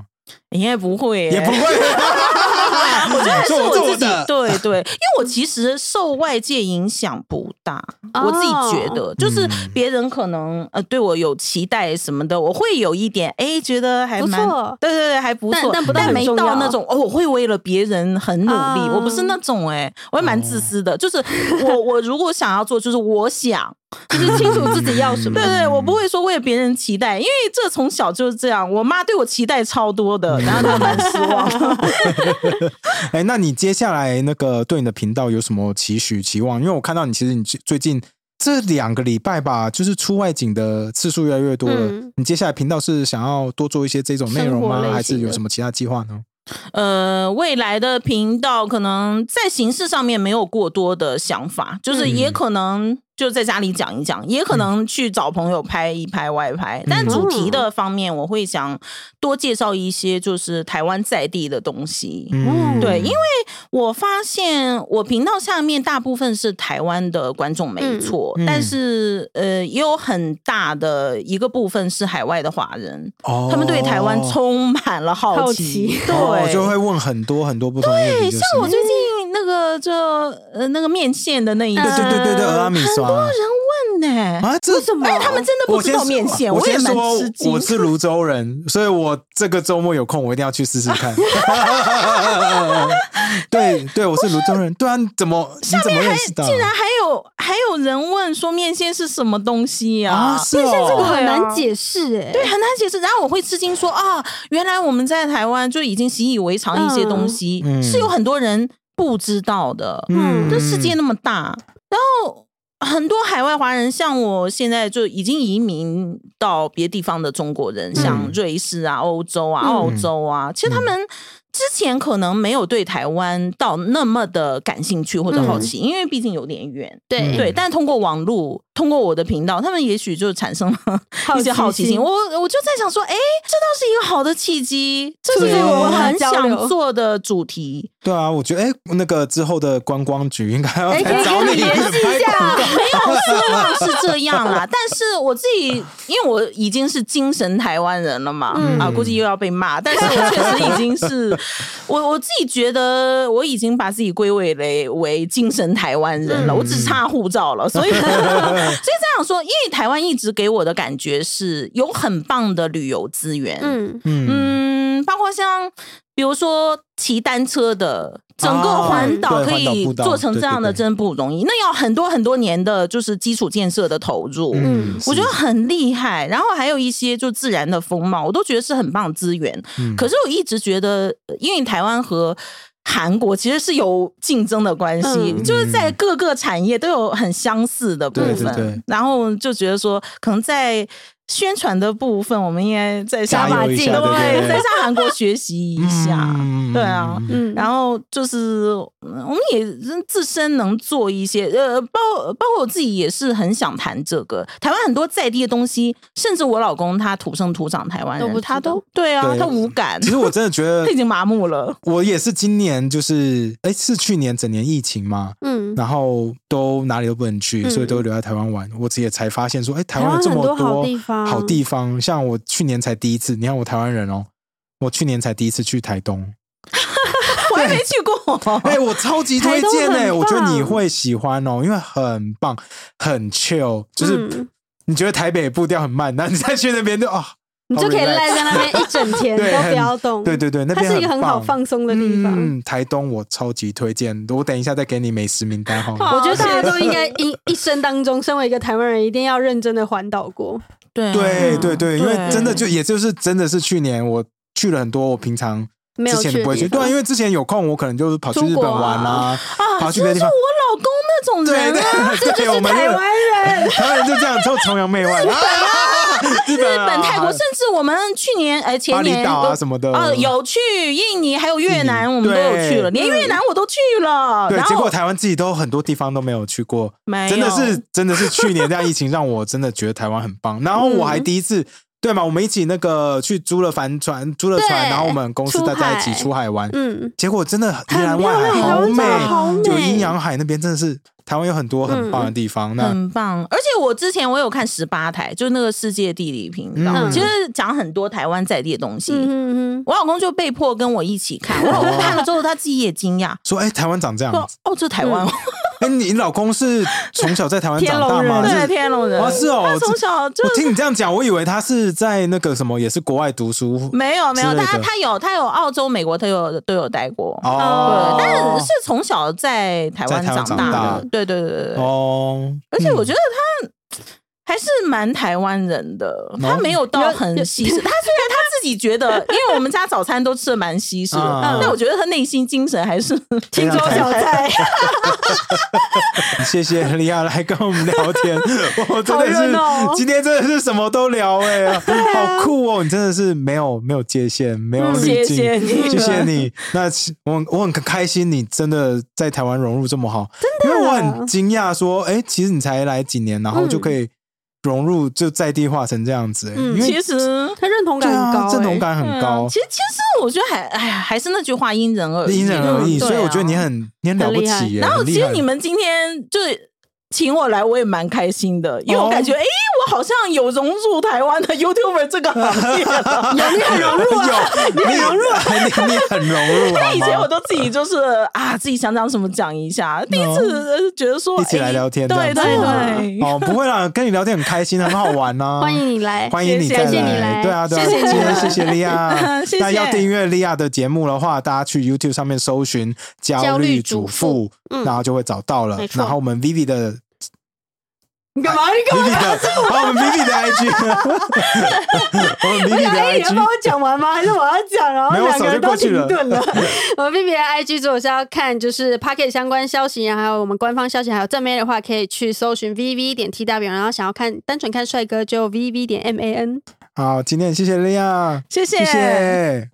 [SPEAKER 3] 应该不会、欸
[SPEAKER 1] 也 不会，我
[SPEAKER 3] 我觉得还是
[SPEAKER 1] 做
[SPEAKER 3] 我自己
[SPEAKER 1] 的，
[SPEAKER 3] 对对，因为我其实受外界影响不大，
[SPEAKER 2] 哦
[SPEAKER 3] 我自己觉得，就是
[SPEAKER 1] 嗯
[SPEAKER 3] 别人可能呃对我有期待什么的，我会有一点哎觉得还
[SPEAKER 2] 不
[SPEAKER 3] 蛮
[SPEAKER 2] 错
[SPEAKER 3] 对对对，还不
[SPEAKER 2] 但
[SPEAKER 3] 错，
[SPEAKER 2] 但不到很
[SPEAKER 3] 没
[SPEAKER 2] 重
[SPEAKER 3] 到
[SPEAKER 2] 要
[SPEAKER 3] 那种哦，我会为了别人很努力，
[SPEAKER 2] 啊
[SPEAKER 3] 我不是那种哎、我还蛮自
[SPEAKER 1] 哦
[SPEAKER 3] 私的，就是我我如果想要做，就是我想，
[SPEAKER 2] 就是清楚自己要
[SPEAKER 1] 嗯
[SPEAKER 2] 什么
[SPEAKER 3] 对。对，我不会说为了别人期待，因为这从小就是这样，我妈对我期待超多的，然后她蛮失望的。
[SPEAKER 1] 哎，那你接下来那个对你的频道有什么期许、期望？因为我看到你，其实你最最近这两个礼拜吧，就是出外景的次数越来越多了。
[SPEAKER 2] 嗯
[SPEAKER 1] 你接下来频道是想要多做一些这种内容
[SPEAKER 2] 生
[SPEAKER 1] 吗？
[SPEAKER 2] 活类型的
[SPEAKER 1] 还是有什么其他计划呢？
[SPEAKER 3] 呃，未来的频道可能在形式上面没有过多的想法，就是也
[SPEAKER 1] 嗯
[SPEAKER 3] 可能就在家里讲一讲，也可能去找朋友拍一拍外
[SPEAKER 1] 嗯
[SPEAKER 3] 拍。但主题
[SPEAKER 1] 哦
[SPEAKER 3] 的方面，我会想多介绍一些就是台湾在地的东西。
[SPEAKER 2] 嗯
[SPEAKER 3] 对因为我发现我频道下面大部分是台湾的观众，没错，
[SPEAKER 1] 嗯嗯
[SPEAKER 3] 但是呃，也有很大的一个部分是海外的华人，
[SPEAKER 1] 哦
[SPEAKER 3] 他们对台湾充满了好奇，
[SPEAKER 2] 好奇
[SPEAKER 3] 对，
[SPEAKER 1] 哦就会问很多很多不同的问题，就是
[SPEAKER 3] 像我最近那个就呃那个面线的那一
[SPEAKER 1] 对
[SPEAKER 3] 次，
[SPEAKER 1] 对对对对，
[SPEAKER 2] 呃
[SPEAKER 1] 阿米刷
[SPEAKER 3] 很多人问呢、
[SPEAKER 1] 嗯啊，这
[SPEAKER 2] 为什么
[SPEAKER 3] 哎，他们真的不
[SPEAKER 1] 我
[SPEAKER 3] 知
[SPEAKER 1] 先
[SPEAKER 3] 道面线，
[SPEAKER 1] 我
[SPEAKER 3] 也
[SPEAKER 1] 先
[SPEAKER 3] 蛮
[SPEAKER 1] 说
[SPEAKER 3] 吃惊。
[SPEAKER 1] 我是泸州人，所以我这个周末有空，我一定要去试试 看。对对，我是泸州人。对啊，你怎么你怎么认识到？
[SPEAKER 3] 竟然还有还有人问说面线是什么东西呀、
[SPEAKER 1] 啊，是
[SPEAKER 2] 但这个
[SPEAKER 1] 哦，
[SPEAKER 2] 很难解释哎、
[SPEAKER 3] 对，很啊难解释。然后我会吃惊说啊，原来我们在台湾就已经习以为常一些东西，
[SPEAKER 1] 嗯嗯
[SPEAKER 3] 是有很多人不知道的。
[SPEAKER 2] 嗯
[SPEAKER 3] 这世界那么大，然后很多海外华人，像我现在就已经移民到别地方的中国人，像
[SPEAKER 1] 嗯
[SPEAKER 3] 瑞士啊、欧洲啊、
[SPEAKER 2] 嗯
[SPEAKER 3] 澳洲啊，其实他们之前可能没有对台湾到那么的感兴趣或者好奇，因为毕竟有点远。
[SPEAKER 1] 嗯
[SPEAKER 3] 对，但通过网络，通过我的频道，他们也许就产生了一些好奇心。我我就在想说，哎，这倒是一个好的契机，这是
[SPEAKER 1] 对啊
[SPEAKER 3] 我很
[SPEAKER 2] 交流
[SPEAKER 3] 想做的主题。
[SPEAKER 1] 对啊，我觉得哎，那个之后的观光局应该要
[SPEAKER 2] 哎可以
[SPEAKER 1] 来找
[SPEAKER 2] 可以
[SPEAKER 1] 你
[SPEAKER 2] 联系一
[SPEAKER 1] 拍
[SPEAKER 2] 下
[SPEAKER 1] 广告。
[SPEAKER 3] 希望是这样 啦，但是我自己，因为我已经是精神台湾人了嘛，
[SPEAKER 2] 嗯
[SPEAKER 3] 啊，估计又要被骂，但是我确实已 经是我我自己觉得我已经把自己归位为为精神台湾人了，
[SPEAKER 1] 嗯
[SPEAKER 3] 我只差护照了，所以 所以这样说，因为台湾一直给我的感觉是有很棒的旅游资源，
[SPEAKER 2] 嗯，
[SPEAKER 1] 嗯，
[SPEAKER 3] 嗯，包括像比如说骑单车的，整个
[SPEAKER 1] 哦
[SPEAKER 3] 环
[SPEAKER 1] 对
[SPEAKER 3] 岛可
[SPEAKER 1] 环岛
[SPEAKER 3] 以
[SPEAKER 1] 步道
[SPEAKER 3] 做成这样的，
[SPEAKER 1] 对对对
[SPEAKER 3] 真不容易。那要很多很多年的，就是基础建设的投入。
[SPEAKER 2] 嗯
[SPEAKER 3] 我觉
[SPEAKER 1] 是
[SPEAKER 3] 得很厉害，然后还有一些就自然的风貌，我都觉得是很棒的资源。
[SPEAKER 1] 嗯
[SPEAKER 3] 可是我一直觉得，呃因为台湾和韩国其实是有竞争的关系，
[SPEAKER 2] 嗯
[SPEAKER 3] 就是在各个产业都有很相似的部分。
[SPEAKER 1] 对对对
[SPEAKER 3] 然后就觉得说，可能在宣传的部分，我们应该再
[SPEAKER 1] 加
[SPEAKER 3] 下
[SPEAKER 1] 油
[SPEAKER 3] 把
[SPEAKER 1] 一
[SPEAKER 3] 劲，
[SPEAKER 1] 下对对对
[SPEAKER 3] 再向韩国学习一下。
[SPEAKER 1] 嗯
[SPEAKER 3] 对啊
[SPEAKER 2] 嗯，
[SPEAKER 3] 然后就是嗯我们也是自身能做一些，呃，包包括我自己也是很想谈这个台湾很多在地的东西，甚至我老公他土生土长台湾
[SPEAKER 2] 都
[SPEAKER 3] 人，
[SPEAKER 2] 不知道
[SPEAKER 3] 他都对啊，
[SPEAKER 1] 对
[SPEAKER 3] 他无感，
[SPEAKER 1] 其实我真的觉得
[SPEAKER 3] 他已经麻木了。
[SPEAKER 1] 我也是今年就是，哎，是去年整年疫情吗？
[SPEAKER 2] 嗯，
[SPEAKER 1] 然后都哪里都不能去，
[SPEAKER 2] 嗯
[SPEAKER 1] 所以都留在台湾玩。我自己也才发现说，哎，台湾
[SPEAKER 2] 台
[SPEAKER 1] 有
[SPEAKER 2] 湾
[SPEAKER 1] 这么
[SPEAKER 2] 很多好地方
[SPEAKER 1] 好地方。像我去年才第一次，你看我台湾人哦，我去年才第一次去台 东。
[SPEAKER 3] 我还没去过。
[SPEAKER 1] 哎、我超级推荐
[SPEAKER 2] 台东
[SPEAKER 1] 哎、
[SPEAKER 2] 很棒
[SPEAKER 1] 我觉得你会喜欢哦，因为很棒，很 chill，就是、
[SPEAKER 2] 嗯
[SPEAKER 1] 你觉得台北步调很慢，那你再去那边就啊，
[SPEAKER 2] 你就可以赖在那边一整 天
[SPEAKER 1] 对
[SPEAKER 2] 都不要
[SPEAKER 1] 很
[SPEAKER 2] 动，
[SPEAKER 1] 对对对，那
[SPEAKER 2] 它
[SPEAKER 1] 边
[SPEAKER 2] 是一个很
[SPEAKER 1] 棒
[SPEAKER 2] 好放松的地方。
[SPEAKER 1] 嗯，台东我超级推荐，我等一下再给你美食名单好了。
[SPEAKER 2] 我觉得大家都应该一一生当中，身为一个台湾人，一定要认真的环岛过。
[SPEAKER 3] 对
[SPEAKER 1] 对对对，因为真的就也就是真的是去年我去了很多我平常
[SPEAKER 2] 没
[SPEAKER 1] 之
[SPEAKER 2] 有
[SPEAKER 1] 前
[SPEAKER 2] 去
[SPEAKER 1] 不会去，
[SPEAKER 2] 的地
[SPEAKER 1] 对啊，
[SPEAKER 2] 方
[SPEAKER 1] 因为之前有空我可能就是跑去
[SPEAKER 2] 出
[SPEAKER 1] 日本
[SPEAKER 2] 国啊
[SPEAKER 1] 玩啦、
[SPEAKER 3] 啊，
[SPEAKER 1] 跑
[SPEAKER 3] 这
[SPEAKER 1] 去别的
[SPEAKER 3] 是我
[SPEAKER 1] 地方。
[SPEAKER 3] 老公那种
[SPEAKER 1] 对
[SPEAKER 3] 人
[SPEAKER 1] 对
[SPEAKER 3] 啊，
[SPEAKER 1] 对，对我们
[SPEAKER 2] 台
[SPEAKER 1] 日本
[SPEAKER 2] 湾 人，
[SPEAKER 1] 台湾人就这样，就崇洋媚外。啊日本、
[SPEAKER 3] 日
[SPEAKER 1] 啊、
[SPEAKER 3] 本、泰国，甚至我们去年哎前
[SPEAKER 1] 巴厘
[SPEAKER 3] 年
[SPEAKER 1] 岛啊
[SPEAKER 3] 都
[SPEAKER 1] 什么的
[SPEAKER 3] 啊，有去印尼，还有越
[SPEAKER 1] 印
[SPEAKER 3] 南，
[SPEAKER 1] 尼
[SPEAKER 3] 我们都有
[SPEAKER 1] 对
[SPEAKER 3] 去了，连
[SPEAKER 2] 嗯
[SPEAKER 3] 越南我都去了。
[SPEAKER 1] 对
[SPEAKER 3] 然，
[SPEAKER 1] 结
[SPEAKER 3] 后
[SPEAKER 1] 果台湾自己都很多地方都没有去过，
[SPEAKER 3] 没
[SPEAKER 1] 真的是
[SPEAKER 3] 有
[SPEAKER 1] 真的是去年这样疫情让我真的觉得台湾很棒。然后我还第一次、对嘛，我们一起那个去租了帆船，租了船，
[SPEAKER 2] 对
[SPEAKER 1] 然后我们公司
[SPEAKER 2] 出
[SPEAKER 1] 大家一起
[SPEAKER 2] 海
[SPEAKER 1] 出海玩。
[SPEAKER 2] 嗯，
[SPEAKER 1] 结果真的宜
[SPEAKER 2] 很
[SPEAKER 1] 兰
[SPEAKER 2] 漂
[SPEAKER 1] 外
[SPEAKER 2] 亮，
[SPEAKER 1] 海
[SPEAKER 2] 台
[SPEAKER 1] 好
[SPEAKER 2] 湾真
[SPEAKER 1] 美，
[SPEAKER 2] 的好美，
[SPEAKER 1] 就阴阳海那边真的是台湾有很多很棒的地方。那
[SPEAKER 2] 嗯
[SPEAKER 3] 很棒，而且我之前我有看十八台，就是那个世界地理频道，
[SPEAKER 1] 嗯
[SPEAKER 3] 其实讲很多台湾在地的东西。
[SPEAKER 2] 嗯嗯
[SPEAKER 3] 我老公就被迫跟我一起看，我老
[SPEAKER 1] 哦
[SPEAKER 3] 公看了之后他自己也惊讶，
[SPEAKER 1] 说哎、台湾长这样
[SPEAKER 3] 说
[SPEAKER 1] 子，：“
[SPEAKER 3] 哦，这台 湾哦，
[SPEAKER 1] 哎、你老公是从小在台湾
[SPEAKER 2] 天
[SPEAKER 1] 长大
[SPEAKER 2] 龙人
[SPEAKER 1] 吗？
[SPEAKER 3] 对
[SPEAKER 1] 是
[SPEAKER 3] 天龙人，
[SPEAKER 1] 啊是哦
[SPEAKER 3] 他从小就
[SPEAKER 1] 我听你这样讲，我以为他是在那个什么，也是国外读书
[SPEAKER 2] 嗯
[SPEAKER 3] 没有没有，
[SPEAKER 1] 之类的
[SPEAKER 3] 他他有他有澳洲、美国，他有都有待过。
[SPEAKER 1] 哦
[SPEAKER 3] 对，，但是是从小在台湾
[SPEAKER 1] 在台湾
[SPEAKER 3] 长
[SPEAKER 1] 长
[SPEAKER 3] 大
[SPEAKER 1] 大
[SPEAKER 3] 的，对对对对对。
[SPEAKER 1] 哦，
[SPEAKER 3] 而且我觉得他还是蛮台湾人
[SPEAKER 1] 哦
[SPEAKER 3] 的，他没有到 很西式。他虽然他自己觉得，因为我们家早餐都吃的蛮西式
[SPEAKER 1] 嗯
[SPEAKER 3] 的，但我觉得他内心精神还是
[SPEAKER 2] 听说小菜，
[SPEAKER 1] 嗯谢谢莉亚来跟我们聊天，我真的
[SPEAKER 2] 好热
[SPEAKER 1] 是、
[SPEAKER 2] 闹哦
[SPEAKER 1] 今天真的是什么都聊哎、好酷哦！你真的是没有没有界限，没有滤
[SPEAKER 3] 谢
[SPEAKER 1] 镜，
[SPEAKER 3] 谢你，
[SPEAKER 1] 谢谢。你。那其我我很开心，你真的在台湾融入这么好，真的，因为我很惊讶说，哎、其实你才来几年，然后就可以融入就在地化成这样子、哎
[SPEAKER 2] 嗯
[SPEAKER 1] 因为
[SPEAKER 3] 其实。
[SPEAKER 2] 他认同
[SPEAKER 1] 对
[SPEAKER 2] 感很
[SPEAKER 1] 啊，
[SPEAKER 2] 高，欸哎
[SPEAKER 1] 认同感很高
[SPEAKER 3] 嗯，其实其实我觉得还哎呀，还是那句话，因人而异，
[SPEAKER 1] 因人而异，
[SPEAKER 3] 对啊
[SPEAKER 1] 所以我觉得你很你很了不
[SPEAKER 2] 很厉害
[SPEAKER 1] 起耶，
[SPEAKER 3] 然后
[SPEAKER 1] 很厉
[SPEAKER 3] 其实
[SPEAKER 1] 害
[SPEAKER 3] 你们今天就是请我来，我也蛮开心
[SPEAKER 1] 哦
[SPEAKER 3] 的，因为我感觉，哎、我好像有融入台湾的 YouTuber 这个行业 了。
[SPEAKER 1] 有你很融入、啊，有 你融入，你你很融入。好
[SPEAKER 3] 以
[SPEAKER 1] 吗
[SPEAKER 3] 前我都自己就是啊，自己想讲什么讲一下，第一次呃觉得说
[SPEAKER 1] 一起来
[SPEAKER 2] 哎
[SPEAKER 3] 诶
[SPEAKER 1] 聊天
[SPEAKER 3] 对
[SPEAKER 1] 这样
[SPEAKER 3] 对
[SPEAKER 1] 子
[SPEAKER 3] 对，。
[SPEAKER 1] 哦，不会啦，跟你聊天很开心，很好玩呐、
[SPEAKER 2] 欢迎你来，
[SPEAKER 1] 欢迎你
[SPEAKER 2] 谢
[SPEAKER 1] 再
[SPEAKER 2] 谢你来，
[SPEAKER 1] 对啊，对啊，
[SPEAKER 2] 谢谢
[SPEAKER 1] 今
[SPEAKER 2] 你
[SPEAKER 1] 天
[SPEAKER 2] 来
[SPEAKER 1] 谢谢利亚
[SPEAKER 3] 谢谢
[SPEAKER 1] 那要订阅利亚的节目的话，大家去 YouTube 上面搜寻“焦
[SPEAKER 2] 焦
[SPEAKER 1] 虑
[SPEAKER 2] 虑
[SPEAKER 1] 主
[SPEAKER 2] 主
[SPEAKER 1] 妇
[SPEAKER 2] 妇”，嗯
[SPEAKER 1] 然后就会找到了
[SPEAKER 2] 没。错
[SPEAKER 1] 然后我们 Vivi 的
[SPEAKER 2] 你干嘛？你 干嘛
[SPEAKER 1] Vivi 的，把我们 Vivi 的 IG，我们
[SPEAKER 2] 我
[SPEAKER 1] Vivi
[SPEAKER 2] 想，
[SPEAKER 1] 的
[SPEAKER 2] 哎，你要
[SPEAKER 1] IG
[SPEAKER 2] 帮我讲完吗？还是我要讲？然
[SPEAKER 1] 没有
[SPEAKER 2] 后
[SPEAKER 1] 我
[SPEAKER 2] 两
[SPEAKER 1] 手
[SPEAKER 2] 个
[SPEAKER 1] 就
[SPEAKER 2] 人
[SPEAKER 1] 过
[SPEAKER 2] 都
[SPEAKER 1] 去
[SPEAKER 2] 停
[SPEAKER 1] 了
[SPEAKER 2] 顿了。 我们 B B 的 I G 如果是要看就是 Pocket 相关消息，然啊后还有我们官方消息，还有正面的话，可以去搜寻 V V 点 T W。然后想要看单纯看帅哥，就 V V 点 M A N。
[SPEAKER 1] 好，今天谢谢利亚，
[SPEAKER 3] 谢谢
[SPEAKER 1] 谢谢。